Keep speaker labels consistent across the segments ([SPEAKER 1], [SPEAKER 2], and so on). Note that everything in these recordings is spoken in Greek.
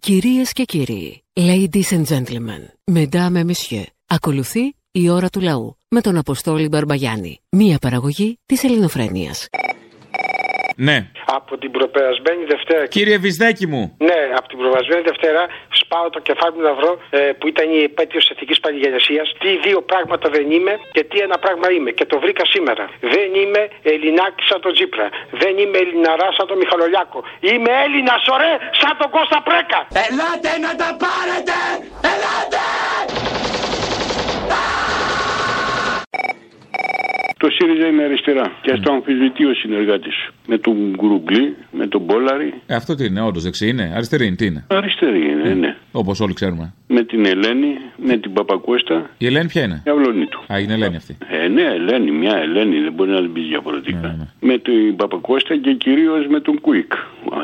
[SPEAKER 1] Κυρίες και κύριοι, ladies and gentlemen, mesdames et messieurs, ακολουθεί η ώρα του λαού με τον Αποστόλη Μπαρμπαγιάννη, μία παραγωγή της ελληνοφρένειας.
[SPEAKER 2] Ναι.
[SPEAKER 3] Από την προπερασμένη Δευτέρα.
[SPEAKER 2] Κύριε Βυζδέκη μου.
[SPEAKER 3] Ναι, από την προπερασμένη Δευτέρα σπάω το κεφάλι μου να βρω ε, που ήταν η επέτειος εθνική παλιγενεσία. Τι δύο πράγματα δεν είμαι και τι ένα πράγμα είμαι. Και το βρήκα σήμερα. Δεν είμαι Ελληνάκης σαν τον Τζίπρα. Δεν είμαι Ελληναράς σαν τον Μιχαλολιάκο. Είμαι Έλληνας, ωραία, σαν τον Κώστα Πρέκα.
[SPEAKER 4] Ελάτε να τα πάρετε! Ελάτε!
[SPEAKER 5] Το ΣΥΡΙΖΑ είναι αριστερά
[SPEAKER 2] Ναι.
[SPEAKER 5] και ας το αμφισβητεί ο συνεργάτης με τον Γκουρουμπλή, με τον Μπόλαρη.
[SPEAKER 2] Ε, Αυτό τι είναι, όντως δεξί είναι. Αριστερή είναι, τι είναι.
[SPEAKER 5] Αριστερή είναι, ναι.
[SPEAKER 2] Όπως όλοι ξέρουμε.
[SPEAKER 5] Με την Ελένη, με την Παπακουέστα
[SPEAKER 2] Η Ελένη ποια είναι.
[SPEAKER 5] και αυλωνή του.
[SPEAKER 2] Α, είναι Ελένη αυτή.
[SPEAKER 5] Ε, ναι, Ελένη, μια Ελένη, δεν μπορεί να την πεις διαφορετικά.
[SPEAKER 2] Ναι, ναι.
[SPEAKER 5] Με την Παπακουέστα και κυρίως με τον Κουίκ. Α,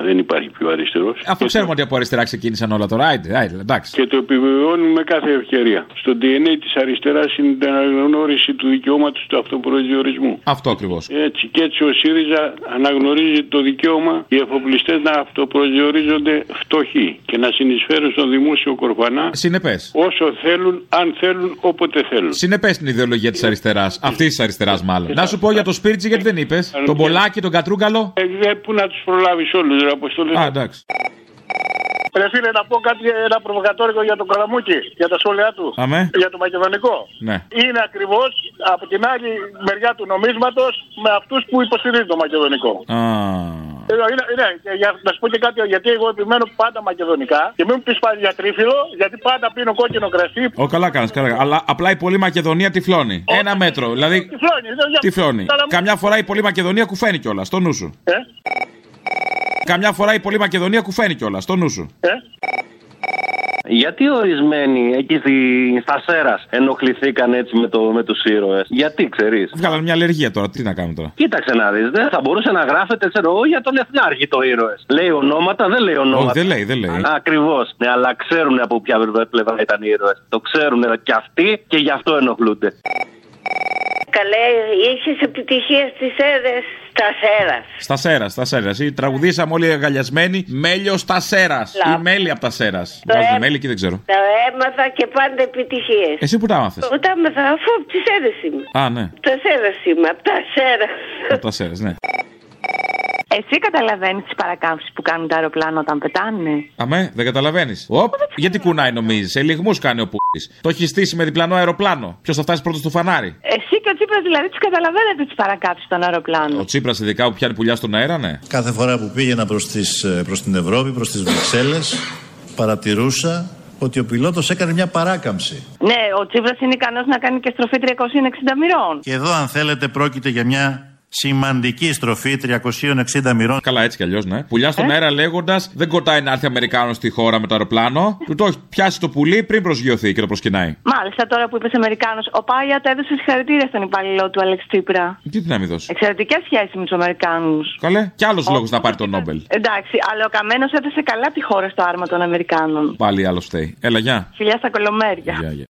[SPEAKER 5] δεν υπάρχει πιο αριστερός.
[SPEAKER 2] Αυτό ξέρουμε ότι από αριστερά ξεκίνησαν όλα τώρα. Άιντε, άιντε, εντάξει.
[SPEAKER 5] Και το επιβεβαιώνουμε με κάθε ευκαιρία. Στο DNA της αριστεράς είναι την αναγνώριση του δικαιώματος του αυτοπροσδιορισμού.
[SPEAKER 2] Αυτό ακριβώς.
[SPEAKER 5] Έτσι και έτσι ο ΣΥΡΙΖΑ αναγνωρίζει το δικαίωμα οι εφοπλιστές να αυτοπροσδιορίζονται φτωχοί και να συνεισφέρουν στον δημόσιο κορφανά
[SPEAKER 2] Συνεπές.
[SPEAKER 5] όσο θέλουν, αν θέλουν, όποτε θέλουν.
[SPEAKER 2] Συνεπές την ιδεολογία της αριστεράς. Αυτής της αριστεράς, μάλλον. Να σου πω για το Σπίρτζι γιατί δεν είπες. Τον Πολάκη, τον Κατρούγκαλο.
[SPEAKER 5] Ε, δε, πού να τους προλάβεις όλους, ρε Αποστολή.
[SPEAKER 2] Α, εντάξει.
[SPEAKER 6] Ρε φίλε, να πω κάτι, ένα προβοκατόρικο για τον Καραμούκη, για τα σχόλιά του.
[SPEAKER 2] Αμέ.
[SPEAKER 6] Για το μακεδονικό.
[SPEAKER 2] Ναι.
[SPEAKER 6] Είναι ακριβώς από την άλλη μεριά του νομίσματος με αυτούς που υποστηρίζουν το μακεδονικό.
[SPEAKER 2] Α,
[SPEAKER 6] Ε, Είναι, είναι, και για, να σου πω και κάτι, γιατί εγώ επιμένω πάντα μακεδονικά και μην μου πεις πάλι για τρίφυλλο, γιατί πάντα πίνω κόκκινο κρασί.
[SPEAKER 2] Ω, καλά κάνεις, καλά. κάνεις. Αλλά απλά η πολλή Μακεδονία τυφλώνει. Ένα μέτρο. Δηλαδή,
[SPEAKER 6] Τυφλώνει, δεν για-
[SPEAKER 2] τυφλώνει.
[SPEAKER 6] Καλά μου-
[SPEAKER 2] Καμιά φορά η πολλή Μακεδονία κουφαίνει κιόλας. Στο νου σου.
[SPEAKER 6] Ε,
[SPEAKER 2] Καμιά φορά η πολλή Μακεδονία κουφαίνει κιόλας. Στο νου σου.
[SPEAKER 6] ε.
[SPEAKER 7] Γιατί ορισμένοι εκεί στη, στα Σέρας ενοχληθήκαν έτσι με, το, με τους ήρωες. Γιατί ξέρεις.
[SPEAKER 2] Βγάλαν μια αλλεργία τώρα. Τι να κάνουμε τώρα.
[SPEAKER 7] Κοίταξε να δεις, δεν θα μπορούσε να γράφεται, ξέρω εγώ, για τον Εθνάρχη το ήρωες. Λέει ονόματα, δεν λέει ονόματα.
[SPEAKER 2] Όχι, δεν λέει, δεν λέει.
[SPEAKER 7] Ακριβώς. Ναι, αλλά ξέρουν από ποια πλευρά ήταν οι ήρωες. Το ξέρουν και αυτοί και γι' αυτό ενοχλούνται.
[SPEAKER 8] Καλέ, είχες επιτυχία στι έδε στα σέρας.
[SPEAKER 2] Στα σέρας, στα σέρας. Ή τραγουδήσαμε όλοι αγκαλιασμένοι μέλιο στα σέρας.
[SPEAKER 8] Λα-
[SPEAKER 2] Ή μέλι από τα σέρας. Βάζουν
[SPEAKER 8] ε-
[SPEAKER 2] μέλι και δεν ξέρω.
[SPEAKER 8] Τα έμαθα και πάντα
[SPEAKER 9] Ε,
[SPEAKER 8] επιτυχίες.
[SPEAKER 2] Εσύ που τα μάθες.
[SPEAKER 8] Όταν έμαθα, αφού από τι έδε είμαι.
[SPEAKER 2] Α, ναι.
[SPEAKER 8] Τα σέρας είμαι, από τα σέρας.
[SPEAKER 2] Από τα σέρας, ναι.
[SPEAKER 9] Εσύ καταλαβαίνεις τις παρακάμψεις που κάνουν τα αεροπλάνα όταν πετάνε.
[SPEAKER 2] Αμέ, δεν καταλαβαίνεις. Οπ, γιατί κουνάει νομίζεις. Ελιγμούς κάνει ο πούτη. Το έχεις στήσει με διπλανό αεροπλάνο. Ποιος θα φτάσει πρώτος στο φανάρι.
[SPEAKER 9] Εσύ και ο Τσίπρα δηλαδή τι καταλαβαίνετε τι παρακάμψει των αεροπλάνων.
[SPEAKER 2] Ο Τσίπρας ειδικά που πιάνει πουλιά στον αέρα, ναι.
[SPEAKER 10] Κάθε φορά που πήγαινα προς, τις, ε, προς την Ευρώπη, προς τις Βρυξέλλες, παρατηρούσα ότι ο πιλότος έκανε μια παράκαμψη.
[SPEAKER 9] Ναι, ο Τσίπρας είναι ικανός να κάνει και στροφή 360 μοιρών.
[SPEAKER 10] Και εδώ, αν θέλετε, πρόκειται για μια σημαντική στροφή 360 μοιρών.
[SPEAKER 2] Καλά, έτσι κι αλλιώς, ναι. Πουλιά στον αέρα λέγοντας δεν κοτάει να έρθει Αμερικάνος στη χώρα με το αεροπλάνο. Του το έχει πιάσει το πουλί πριν προσγειωθεί και το προσκυνάει.
[SPEAKER 9] Μάλιστα τώρα που είπες Αμερικάνος, ο Πάιατ έδωσε συγχαρητήρια στον υπαλληλό του Αλεξ Τσίπρα.
[SPEAKER 2] Ε, Τι τι να μην δώσει.
[SPEAKER 9] Εξαιρετικές σχέσεις με τους Αμερικάνους.
[SPEAKER 2] Καλέ. Κι άλλος λόγος να πάρει το Νόμπελ.
[SPEAKER 9] Εντάξει, αλλά ο Καμένος έθεσε καλά τη χώρα στο άρμα των Αμερικάνων.
[SPEAKER 2] Πάλι άλλο φταίει. Έλα, γεια.
[SPEAKER 9] Φιλιά στα κολομέρια.
[SPEAKER 2] Γεια, γεια.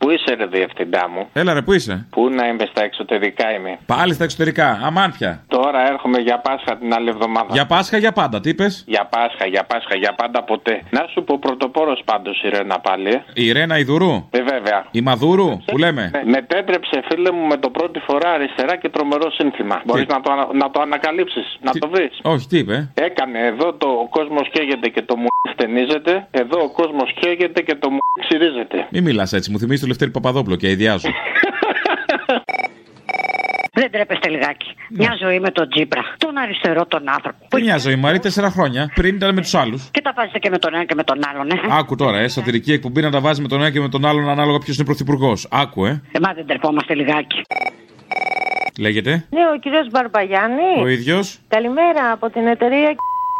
[SPEAKER 11] Πού είσαι, ρε διευθυντά μου,
[SPEAKER 2] Έλα, ρε, πού είσαι.
[SPEAKER 11] Πού να είμαι στα εξωτερικά είμαι.
[SPEAKER 2] Πάλι στα εξωτερικά. Αμάνφια.
[SPEAKER 11] Τώρα έρχομαι για Πάσχα την άλλη εβδομάδα.
[SPEAKER 2] Για Πάσχα, για πάντα, τι είπες.
[SPEAKER 11] Για Πάσχα, για Πάσχα, για πάντα ποτέ. Να σου πω πρωτοπόρος πάντως η Ρένα πάλι. ε.
[SPEAKER 2] Η Ρένα Ιδουρού.
[SPEAKER 11] Ε, βέβαια.
[SPEAKER 2] Η Μαδούρου, που λέμε.
[SPEAKER 11] Ε, μετέτρεψε, φίλε μου, με το πρώτη φορά αριστερά και τρομερό σύνθημα. Μπορείς να το, ανα- να το ανακαλύψεις, να
[SPEAKER 2] Τι-
[SPEAKER 11] το βρεις.
[SPEAKER 2] Όχι, τι είπε.
[SPEAKER 11] Έκανε εδώ το ο κόσμος καίγεται και το μου χτενίζεται. Εδώ ο κόσμος καίγεται και το μου ξυρίζεται.
[SPEAKER 2] Μην μιλάς έτσι, μου θυμίζει το Λευτέρη Παπαδόπουλο και ιδιάζω.
[SPEAKER 12] Δεν τρέπεστε λιγάκι. Μια ζωή με τον Τζίπρα. Τον αριστερό τον άνθρωπο.
[SPEAKER 2] Τι μια ζωή, Μαρή, τέσσερα χρόνια. Πριν ήταν με τους άλλους.
[SPEAKER 12] Και τα βάζετε και με τον ένα και με τον άλλον, ε.
[SPEAKER 2] Άκου τώρα, ε, σατυρική εκπομπή να τα βάζει με τον ένα και με τον άλλον ανάλογα ποιος είναι πρωθυπουργός. Άκου, ε.
[SPEAKER 12] Εμά δεν τρεπόμαστε λιγάκι.
[SPEAKER 2] Λέγεται.
[SPEAKER 13] Ναι, ο κύριος Μπαρμπαγιάννη.
[SPEAKER 2] Ο ίδιος.
[SPEAKER 13] Καλημέρα από την εταιρεία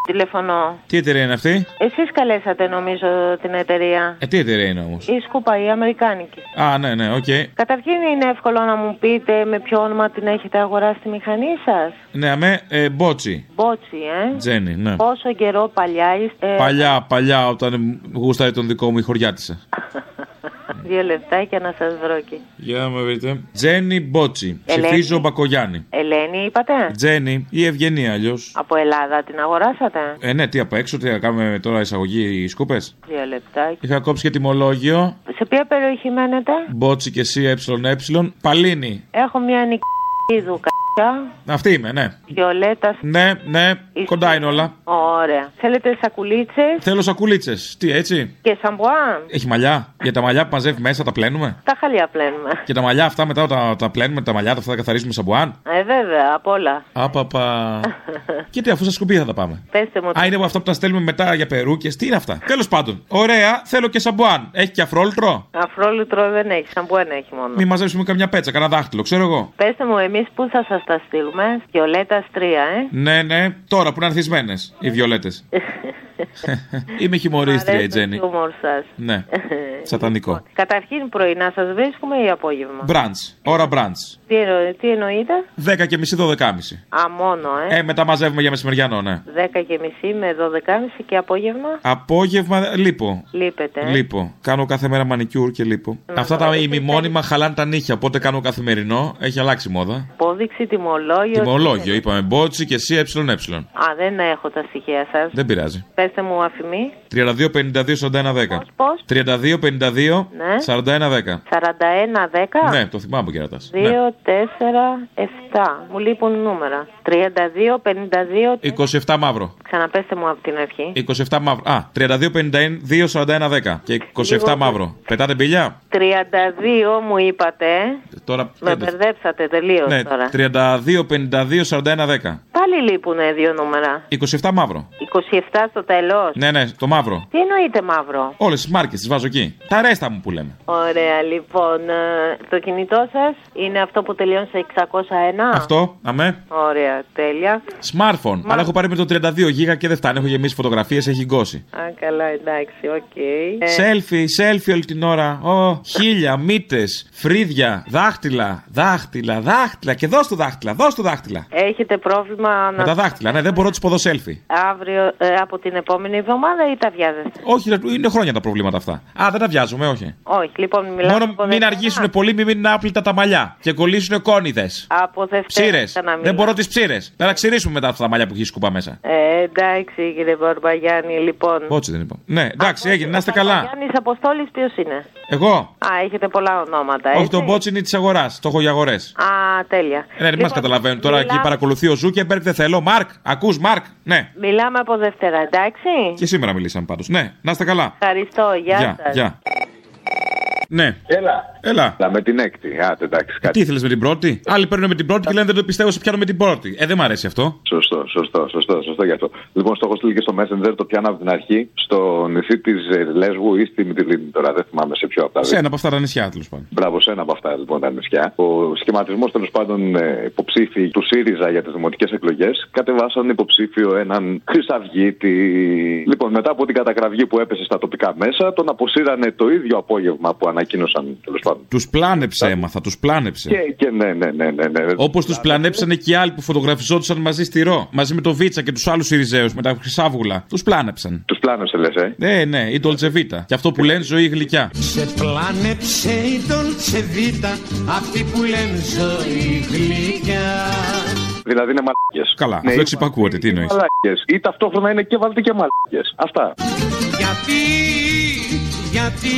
[SPEAKER 13] τηλεφωνώ.
[SPEAKER 2] Τι εταιρεία είναι αυτή.
[SPEAKER 13] Εσείς καλέσατε, νομίζω, την εταιρεία.
[SPEAKER 2] Ε, τι εταιρεία είναι όμως.
[SPEAKER 13] Η Σκούπα, η Αμερικάνικη.
[SPEAKER 2] Α, ναι, ναι, οκ.
[SPEAKER 13] Καταρχήν είναι εύκολο να μου πείτε με ποιο όνομα την έχετε αγοράσει τη μηχανή σας.
[SPEAKER 2] Ναι, αμέ, ε, μπότσι.
[SPEAKER 13] Μπότσι, ε.
[SPEAKER 2] Τζένι, ναι.
[SPEAKER 13] Πόσο καιρό παλιά είστε.
[SPEAKER 2] ε. Παλιά, παλιά, όταν γούσταρε τον δικό μου η χωριάτισα.
[SPEAKER 13] δύο λεπτάκια να σας βρω εκεί.
[SPEAKER 2] Για να με βρείτε. Τζένι Μπότσι.
[SPEAKER 13] Ελένη.
[SPEAKER 2] Ψηφίζω Μπακογιάννη.
[SPEAKER 13] Ελένη είπατε,
[SPEAKER 2] Τζένι ή Ευγενία αλλιώς.
[SPEAKER 13] από Ελλάδα την αγοράσατε.
[SPEAKER 2] Ε, ναι, τι απ' έξω, τι να κάνουμε τώρα εισαγωγή σκούπες.
[SPEAKER 13] Δύο λεπτάκια.
[SPEAKER 2] Είχα κόψει και τιμολόγιο.
[SPEAKER 13] Σε ποια περιοχή μένετε?
[SPEAKER 2] Μπότσι και εσύ, ε, Παλίνη.
[SPEAKER 13] Έχω μια νοικίδου κα***α.
[SPEAKER 2] Αυτή είμαι, ναι.
[SPEAKER 13] Βιολέτα.
[SPEAKER 2] Ναι, ναι, κοντά είναι όλα.
[SPEAKER 13] Ωραία. Θέλετε σακουλίτσες
[SPEAKER 2] Θέλω σακουλίτσες. Τι έτσι.
[SPEAKER 13] και σαμπουά.
[SPEAKER 2] Έχει μαλλιά. Για τα μαλλιά που μαζεύει μέσα τα πλένουμε.
[SPEAKER 13] Τα χαλιά πλένουμε.
[SPEAKER 2] Και τα μαλλιά αυτά μετά τα, τα πλένουμε, τα μαλλιά τα αυτά τα καθαρίζουμε σαμπουάν.
[SPEAKER 13] Ε, βέβαια, απ' όλα.
[SPEAKER 2] Άπαπα. και τι, αφού στα σκουπίδια θα τα πάμε.
[SPEAKER 13] Πετε μου.
[SPEAKER 2] Α, είναι από αυτά που τα στέλνουμε μετά για περούκες. Τι είναι αυτά. Τέλος πάντων. Ωραία, θέλω και σαμπουάν. Έχει και αφρόλτρο.
[SPEAKER 13] Αφρόλουτρο δεν έχει, σαμπουάν έχει μόνο.
[SPEAKER 2] Μην μαζέψουμε καμιά πέτσα, κανένα δάχτυλο, ξέρω εγώ.
[SPEAKER 13] Πετε μου, εμείς πού θα σας τα στείλουμε. Βιολέτας 3, ε.
[SPEAKER 2] Ναι, ναι, τώρα που είναι ανθισμένε οι βιολέτες. Είμαι χιουμορίστρια η Τζέννη.
[SPEAKER 13] Χιούμορ σας.
[SPEAKER 2] Ναι, σατανικό.
[SPEAKER 13] Καταρχήν πρωινά σας βρίσκουμε ή απόγευμα.
[SPEAKER 2] Μπραντ, ώρα μπραντ.
[SPEAKER 13] Τι, εννο- τι εννοείτε.
[SPEAKER 2] 10 και μισή, 12.30.
[SPEAKER 13] Α, μόνο, ε.
[SPEAKER 2] Ε, μετά μαζεύουμε για μεσημεριανό, ναι.
[SPEAKER 13] 10 και μισή με 12.30 και απόγευμα.
[SPEAKER 2] Απόγευμα λείπω.
[SPEAKER 13] Λείπετε. ε.
[SPEAKER 2] Λείπω. Κάνω κάθε μέρα μανικιούρ και λείπω. Αυτά τα ημιμόνιμα χαλάνε τα νύχια, οπότε κάνω καθημερινό. Έχει αλλάξει η μόδα.
[SPEAKER 13] Απόδειξη, τιμολόγιο.
[SPEAKER 2] Τιμολόγιο, είπαμε. Μπότσι και εσύ, ε.
[SPEAKER 13] Α, δεν έχω τα στοιχεία σας.
[SPEAKER 2] Δεν πειράζει.
[SPEAKER 13] Πετε μου αφημί.
[SPEAKER 2] 32-52-41-10.
[SPEAKER 13] Πώς? Ναι.
[SPEAKER 2] 32-52-41-10.
[SPEAKER 13] 41-10.
[SPEAKER 2] Ναι, το θυμάμαι κερατά.
[SPEAKER 13] 2, 4, 7. Μου λείπουν νούμερα. 32, 52.
[SPEAKER 2] 27 μαύρο.
[SPEAKER 13] Ξαναπέστε μου από την
[SPEAKER 2] Ε.
[SPEAKER 13] αρχή.
[SPEAKER 2] 27 μαύρο. Α, 32-52-41-10. Και 27
[SPEAKER 13] Λίγο-
[SPEAKER 2] μαύρο. Πετάτε μπιλιά.
[SPEAKER 13] 32 μου είπατε. ε.
[SPEAKER 2] Τώρα.
[SPEAKER 13] Με μπερδέψατε τελείως
[SPEAKER 2] Ναι,
[SPEAKER 13] τώρα.
[SPEAKER 2] 32-52-41-10.
[SPEAKER 13] Πάλι λείπουν δύο νούμερα.
[SPEAKER 2] 27 μαύρο.
[SPEAKER 13] 27 στο τέλος.
[SPEAKER 2] Ναι, ναι, το μαύρο.
[SPEAKER 13] Τι εννοείται μαύρο.
[SPEAKER 2] Όλες τις μάρκες τις βάζω εκεί. Τα ρέστα μου που λέμε.
[SPEAKER 13] Ωραία, λοιπόν. ε, Το κινητό σας είναι αυτό που τελειώνει σε 601.
[SPEAKER 2] Αυτό, αμέ.
[SPEAKER 13] Ωραία, τέλεια.
[SPEAKER 2] Smartphone. Αλλά έχω πάρει με το 32 γίγα και δεν φτάνει. Έχω γεμίσει φωτογραφίες, έχει γκώσει.
[SPEAKER 13] Α, καλά, εντάξει, οκ. Ε,
[SPEAKER 2] Σέλφι, σέλφι όλη την ώρα. Ω, χίλια, μύτες, φρύδια, δάχτυλα, δάχτυλα, δάχτυλα. Και δώσ' του δάχτυλα, δώσ' του δάχτυλα.
[SPEAKER 13] Έχετε πρόβλημα
[SPEAKER 2] Με
[SPEAKER 13] να...
[SPEAKER 2] τα δάχτυλα, ναι, δεν μπορώ να τους ποδώ σέλφι.
[SPEAKER 13] αύριο ε, από την επόμενη εβδομάδα ή τα βιάζεστε.
[SPEAKER 2] Όχι, ρε, είναι χρόνια τα προβλήματα αυτά. Α, δεν τα βιάζομαι, όχι.
[SPEAKER 13] Όχι, λοιπόν, μιλάμε
[SPEAKER 2] Μόνο
[SPEAKER 13] από,
[SPEAKER 2] μην αργήσουν πολύ, μην μείνουν άπλυτα τα μαλλιά και κολλήσουν κόνιδες.
[SPEAKER 13] από Δευτέρα
[SPEAKER 2] Ψήρε.
[SPEAKER 13] ξαναμιλάμε.
[SPEAKER 2] Δεν μπορώ τις ψήρες. Να τα ξηρίσουμε μετά αυτά τα μαλλιά που έχει σκουπά μέσα.
[SPEAKER 13] Ε, εντάξει, κύριε Μπορμπαγιάννη, λοιπόν.
[SPEAKER 2] Πότσι δεν είπα. Ναι, εντάξει, έγινε, να είστε καλά.
[SPEAKER 13] Γιάννη Αποστόλης, ποιος είναι.
[SPEAKER 2] Εγώ,
[SPEAKER 13] Α, έχετε πολλά ονόματα,
[SPEAKER 2] όχι
[SPEAKER 13] έτσι.
[SPEAKER 2] τον Μπότσι είναι της αγοράς. Το έχω για αγορές.
[SPEAKER 13] Α, τέλεια. Λοιπόν,
[SPEAKER 2] Ναι, δεν μα καταλαβαίνουν τώρα. Εκεί
[SPEAKER 13] μιλάμε-
[SPEAKER 2] παρακολουθεί ο Ζούκεμπερκ, δεν θέλω. Μαρκ, ακούς Μαρκ. Ναι,
[SPEAKER 13] Μιλάμε από Δευτέρα, εντάξει.
[SPEAKER 2] και σήμερα μιλήσαμε πάντως. Ναι, να είστε καλά.
[SPEAKER 13] Ευχαριστώ, γεια,
[SPEAKER 2] Γεια,
[SPEAKER 13] σας.
[SPEAKER 2] γεια. Ναι. Έλα. Έλα. με την έκτη. Α, εντάξει, Τι ήθελες με την πρώτη. Άλλοι παίρνουν με την πρώτη και λένε δεν το πιστεύω, σε πιάνω με την πρώτη. Ε, δεν μ' αρέσει αυτό.
[SPEAKER 7] Σωστό, σωστό, σωστό, σωστό γι' αυτό. Λοιπόν, στο έχω στείλει και στο Messenger, το πιάνω από την αρχή, στο νησί της Λέσβου ή στη Μυτιλίνη τώρα, δεν θυμάμαι σε ποιο από τα δύο.
[SPEAKER 2] Σε ένα από αυτά τα νησιά, τέλος πάντων.
[SPEAKER 7] Μπράβο, σε ένα από αυτά λοιπόν τα νησιά. Ο σχηματισμός τέλος πάντων ε, υποψήφιοι του ΣΥΡΙΖΑ για τις δημοτικές εκλογές κατεβάσαν υποψήφιο έναν Χρυσαυγήτη. Λοιπόν, μετά από την κατακραυγή που έπεσε στα τοπικά μέσα, τον αποσύρανε το ίδιο απόγευμα που ανακοίνωσαν τέλος πάντων.
[SPEAKER 2] Τους πλάνεψε, έμαθα, τους πλάνεψε.
[SPEAKER 7] Και, και ναι, ναι, ναι, ναι. ναι.
[SPEAKER 2] Όπως τους πλανέψανε και οι άλλοι που φωτογραφιζόντουσαν μαζί στη Ρο, μαζί με το Βίτσα και τους άλλους Ιριζέους με τα χρυσάβουλα. Τους πλάνεψαν.
[SPEAKER 7] Τους πλάνεψε, λες, ε.
[SPEAKER 2] Ναι, ναι, η Ντολτσεβίτα. Και αυτό που λένε ζωή γλυκιά.
[SPEAKER 14] Σε πλάνεψε η Dolce Vita, αυτή που λένε ζωή γλυκιά.
[SPEAKER 7] Δηλαδή είναι μαλακίε.
[SPEAKER 2] Καλά, αυτό εξυπακούεται, τι εννοείς.
[SPEAKER 7] Μαλακίε. Ή ταυτόχρονα είναι και βάλτε και μαλακίε. Αυτά.
[SPEAKER 14] Γιατί, γιατί,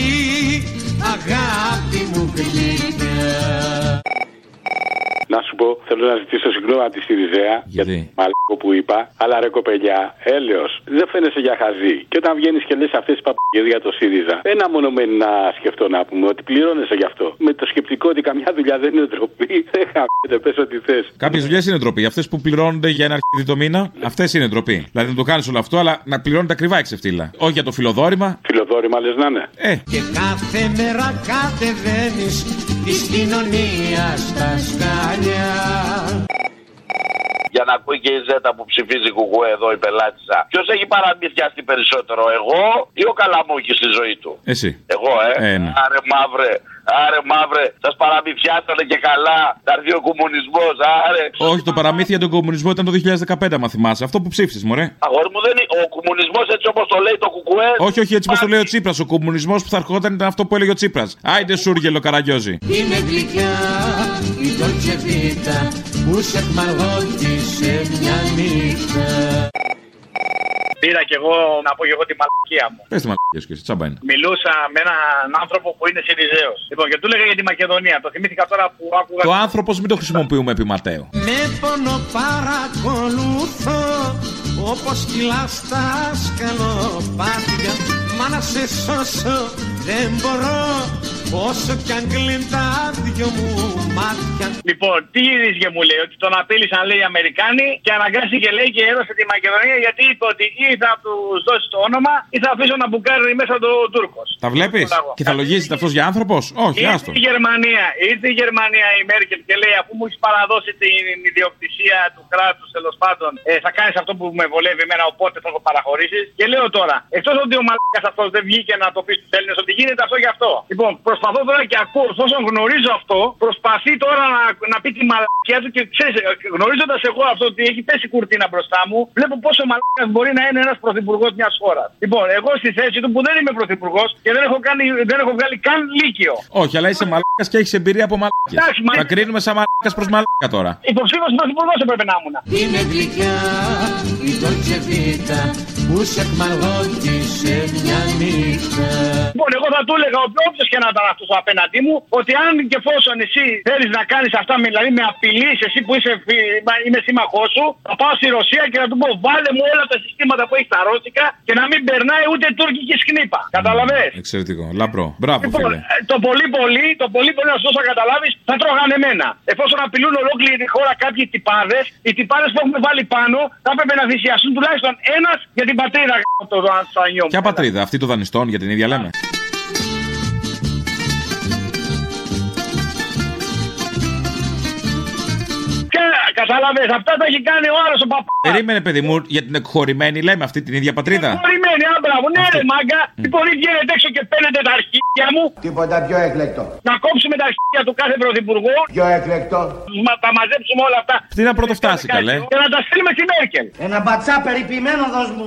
[SPEAKER 14] αγάπη μου γλυκιά.
[SPEAKER 11] Να σου πω, θέλω να ζητήσω συγγνώμη από τη Σιριζέα για το μαλακό που είπα. Αλλά ρε κοπελιά, έλεος, δεν φαίνεσαι για χαζή. Και όταν βγαίνεις και λες αυτές τις παπαγγελίε για το ΣΥΡΙΖΑ, ένα μονομένει να σκεφτώ να πούμε ότι πληρώνεσαι γι' αυτό. Με το σκεπτικό ότι καμιά δουλειά δεν είναι ντροπή, δεν χαμέται, πες ό,τι θες.
[SPEAKER 2] Κάποιες δουλειές είναι ντροπή. Αυτές που πληρώνονται για ένα αρχίδι το μήνα, αυτές είναι ντροπή. Δηλαδή να το κάνεις όλο αυτό, αλλά να πληρώνεται ακριβά η ξεφτύλα. Όχι για το φιλοδόρημα.
[SPEAKER 11] Φιλοδόρημα λες να
[SPEAKER 7] ναι.
[SPEAKER 11] είναι.
[SPEAKER 2] Ε,
[SPEAKER 14] Και κάθε μέρα κατεβαίνεις της κοινωνίας τα σκαλιά.
[SPEAKER 15] για να ακούει και η Ζέτα που ψηφίζει κουκουέ εδώ η πελάτησα. Ποιος έχει παραμυθιαστεί περισσότερο, εγώ ή ο Καλαμούκης στη ζωή του.
[SPEAKER 2] εσύ.
[SPEAKER 15] Εγώ, ε.
[SPEAKER 2] Ε, ναι.
[SPEAKER 15] Άρε μαύρε.
[SPEAKER 16] Άρε μαύρε, σας παραμυθιάσανε και καλά. Θα έρθει ο κομμουνισμός, άρε.
[SPEAKER 17] Όχι, το παραμύθι για τον κομμουνισμό ήταν το 2015, μα θυμάσαι. Αυτό που ψήφισες, μωρέ.
[SPEAKER 7] Ε,
[SPEAKER 16] Αγόρι μου, δεν είναι. Ο κομμουνισμός έτσι όπως το λέει το κουκουέ.
[SPEAKER 17] Όχι, όχι, έτσι πώ το λέει ο Τσίπρας. Ο κομμουνισμός που θα ερχόταν ήταν αυτό που έλεγε ο Τσίπρας. Άιντε σούργελο, καραγκιόζη.
[SPEAKER 14] Είναι γλυκιά η Dolce Vita που σε χμαγώτησε μια νύχτα.
[SPEAKER 18] Πήρα κι εγώ να πω κι εγώ τη μαλακία μου.
[SPEAKER 17] Πες τη μαλακία σου και εσύ, τσάμπα είναι.
[SPEAKER 18] Μιλούσα με έναν άνθρωπο που είναι Σιριζέος. Λοιπόν, και του έλεγα για τη Μακεδονία. Το θυμήθηκα τώρα που άκουγα.
[SPEAKER 17] Το άνθρωπος μην το χρησιμοποιούμε επί Ματέο.
[SPEAKER 14] Με πόνο παρακολουθώ όπως κυλάς στα σκαλοπάτια Μα να σε σώσω δεν μπορώ όσο κι αν κλείνουν τα δυο μου μάτια
[SPEAKER 18] Λοιπόν, τι ίδρυσγε μου λέει, ότι τον απείλησαν λέει οι Αμερικάνοι και αναγκάστηκε λέει και έδωσε τη Μακεδονία γιατί είπε ότι ή θα τους δώσει το όνομα ή θα αφήσω να μπουκάρει μέσα το Τούρκος.
[SPEAKER 17] Τα βλέπεις και θα λογίζεται αυτός για άνθρωπος. Όχι,
[SPEAKER 18] Ήρθε
[SPEAKER 17] άστο.
[SPEAKER 18] η Γερμανία, ήρθε η Γερμανία η Μέρκελ και λέει: Αφού μου έχεις παραδώσει την ιδιοκτησία του κράτους, τέλος πάντων, ε, θα κάνεις αυτό που με βολεύει εμένα, οπότε θα το παραχωρήσεις. Και λέω τώρα, εκτός ότι ο μαλάκας αυτός δεν βγήκε να το πει στους Έλληνες, ότι γίνεται αυτό γι' αυτό. Λοιπόν, προσπαθώ τώρα και ακούω, εφόσον γνωρίζω αυτό, προσπαθεί τώρα να, να πει τη μαλακία του και ξέρεις, γνωρίζοντας εγώ αυτό ότι έχει πέσει η κουρτίνα μπροστά μου, βλέπω πόσο μαλακάς μπορεί να είναι ένας πρωθυπουργός μιας χώρας. Λοιπόν, εγώ στη θέση του που δεν είμαι πρωθυπουργός και δεν έχω, κάνει, δεν έχω βγάλει καν λύκειο.
[SPEAKER 17] Όχι, αλλά είσαι μαλάκα και έχεις εμπειρία από
[SPEAKER 18] Εντάξει,
[SPEAKER 17] μαλάκια.
[SPEAKER 18] μα-
[SPEAKER 17] Θα κρίνουμε σαν μαλάκα προς μαλάκα τώρα.
[SPEAKER 18] Υποψήφιος πρωθυπουργός έπρεπε να ήμουν.
[SPEAKER 14] Είναι γλυκιά η Dolce Vita που σε χμαγώτησε μια νύχτα
[SPEAKER 18] Λοιπόν, εγώ θα του έλεγα όποιος και να ήταν αυτό απέναντί μου, ότι αν και εφόσον εσύ θέλεις να κάνεις αυτά, με- δηλαδή με απειλείς, εσύ που είσαι, φι- μα- είμαι σύμμαχός σου, θα πάω στη Ρωσία και να του πω: Βάλε μου όλα τα συστήματα που έχει τα ρώσικα και να μην περνάει ούτε τουρκική σκνήπα. Καταλαβέ.
[SPEAKER 17] Εξαιρετικό. Λαμπρό. Μπράβο,
[SPEAKER 18] Λοιπόν,
[SPEAKER 17] φίλε.
[SPEAKER 18] ε, το πολύ πολύ, το πολύ πολύ, να σου δώσω να καταλάβεις, θα τρώγανε εμένα. Εφόσον απειλούν ολόκληρη τη χώρα κάποιοι τυπάδες, οι τυπάδες που έχουμε βάλει πάνω θα έπρεπε να θυσιαστούν τουλάχιστον ένας για την πατρίδα. γ***ο Το δανειό μου.
[SPEAKER 17] Ποια πατρίδα, αυτή των δανειστών για την ίδια λέμε.
[SPEAKER 18] Και κατάλαβες, αυτά τα έχει κάνει ο άλλος ο παπά.
[SPEAKER 17] Περίμενε, παιδί μου, για την εκχωρημένη λέμε αυτή την ίδια πατρίδα.
[SPEAKER 18] Κορυμένη, άμπραβο, ναι, ρε μάγκα. Λοιπόν, ή βγαίνετε έξω και παίρνετε τα αρχίδια μου. Τίποτα πιο έκλεκτο. Να κόψουμε τα αρχίδια του κάθε πρωθυπουργού. Πιο έκλεκτο. Μα τα μαζέψουμε όλα αυτά.
[SPEAKER 17] Τι να πρώτο φτάσει, καλέ.
[SPEAKER 18] Και να τα στείλουμε στη Μέρκελ.
[SPEAKER 19] Ένα μπατσά περιποιημένο δώσ' μου.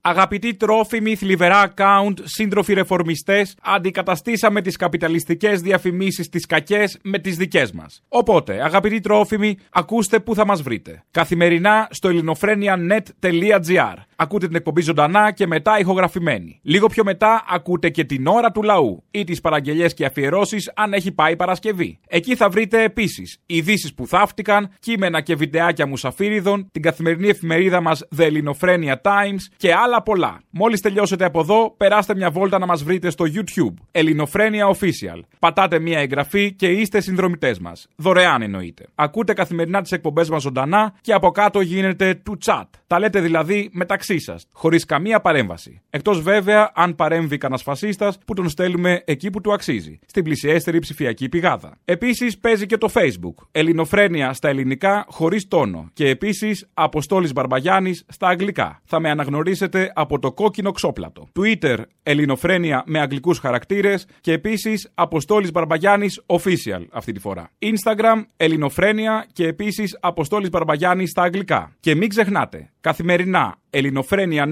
[SPEAKER 2] Αγαπητοί τρόφιμοι, θλιβερά account, σύντροφοι ρεφορμιστές, αντικαταστήσαμε τις καπιταλιστικές διαφημίσεις τις κακές με τις δικές μας. Οπότε, αγαπητοί τρόφιμοι, ακούστε πού θα μας βρείτε. Καθημερινά στο ελληνοφρένια.net.gr. Ακούτε την εκπομπή ζωντανά και μετά ηχογραφημένη. Λίγο πιο μετά ακούτε και την ώρα του λαού ή τις παραγγελίε και αφιερώσεις αν έχει πάει Παρασκευή. Εκεί θα βρείτε επίσης ειδήσεις που θαύτηκαν, κείμενα και βιντεάκια μουσαφίριδων, την καθημερινή εφημερίδα μας The Ελληνοφρένια Times και άλλα πολλά. Μόλις τελειώσετε από εδώ, περάστε μια βόλτα να μας βρείτε στο YouTube. Ελληνοφρένια Official. Πατάτε μια εγγραφή και είστε συνδρομητές μας. Δωρεάν εννοείται. Ακούτε καθημερινά τις εκπομπές μας ζωντανά και από κάτω γίνεται του chat. Τα λέτε δηλαδή μεταξύ σας, χωρίς καμία παρέμβαση. Εκτός βέβαια αν παρέμβει κανένα φασίστας που τον στέλνουμε εκεί που του αξίζει, στην πλησιέστερη ψηφιακή πηγάδα. Επίσης παίζει και το Facebook. Ελληνοφρένια στα ελληνικά χωρίς τόνο. Και επίσης Αποστόλης Μπαρμπαγιάννης στα αγγλικά. Θα με αναγνωρίσετε από το κόκκινο ξόπλατο. Twitter Ελληνοφρένια με αγγλικούς χαρακτήρες. Και επίσης Αποστόλης Μπαρμπαγιάννης Official αυτή τη φορά. Instagram Ελληνοφρένια και επίσης Αποστόλης Μπαρμπαγιάννης στα αγγλικά. Και μην ξεχνάτε, καθημερινά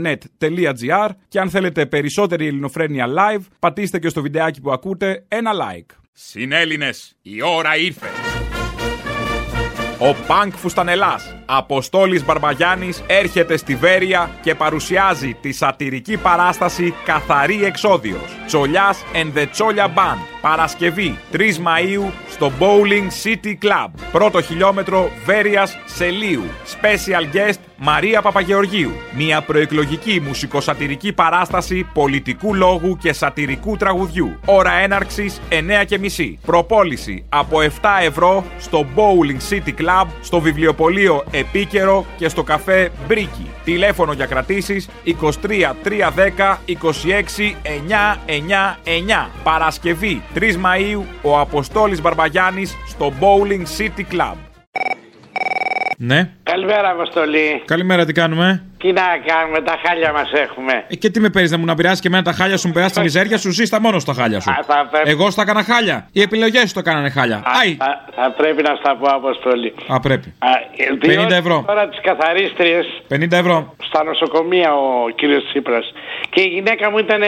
[SPEAKER 2] ελληνοφρένια.net.gr και αν θέλετε περισσότερη ελληνοφρένια live, πατήστε και στο βιντεάκι που ακούτε ένα like. Συνέλληνες, η ώρα ήρθε. Ο Πανκ Φουστανελάς, Αποστόλης Μπαρμπαγιάννης, έρχεται στη Βέρεια και παρουσιάζει τη σατυρική παράσταση «Καθαρή Εξόδιος». Τσολιάς and the Τσόλια Band. Παρασκευή 3 Μαΐου στο Bowling City Club. Πρώτο χιλιόμετρο Βέρειας Σελίου. Special guest Μαρία Παπαγεωργίου. Μια προεκλογική μουσικοσατυρική παράσταση πολιτικού λόγου και σατυρικού τραγουδιού. Ώρα έναρξης 9.30. Προπόληση από 7 ευρώ στο Bowling City Club, στο βιβλιοπωλείο Επίκαιρο και στο καφέ Μπρίκι. Τηλέφωνο για κρατήσεις 23 310 26 999. Παρασκευή
[SPEAKER 20] 3 Μαΐου ο Αποστόλης Μπαρμπαγιάννης στο Bowling City Club. Ναι.
[SPEAKER 21] Καλημέρα, Αποστολή.
[SPEAKER 2] Καλημέρα, τι κάνουμε.
[SPEAKER 21] Τι να κάνουμε, τα χάλια μας έχουμε.
[SPEAKER 2] Ε, και τι με παίρνεις να μου να πειράσει και εμένα τα χάλια σου, μου περάσει τα μιζέρια σου, ζήστα μόνο στα χάλια σου.
[SPEAKER 21] Α, θα, πρέπει,
[SPEAKER 2] Εγώ στα έκανα χάλια. Οι επιλογές σου το κάνανε χάλια. Άι!
[SPEAKER 21] θα, θα πρέπει να στα πω, Αποστολή.
[SPEAKER 2] Α, πρέπει.
[SPEAKER 21] Α, ε, διότι
[SPEAKER 2] 50 ευρώ.
[SPEAKER 21] Τώρα τις καθαρίστριες
[SPEAKER 2] 50 ευρώ.
[SPEAKER 21] στα νοσοκομεία ο κύριος Τσίπρας. Και η γυναίκα μου ήταν 17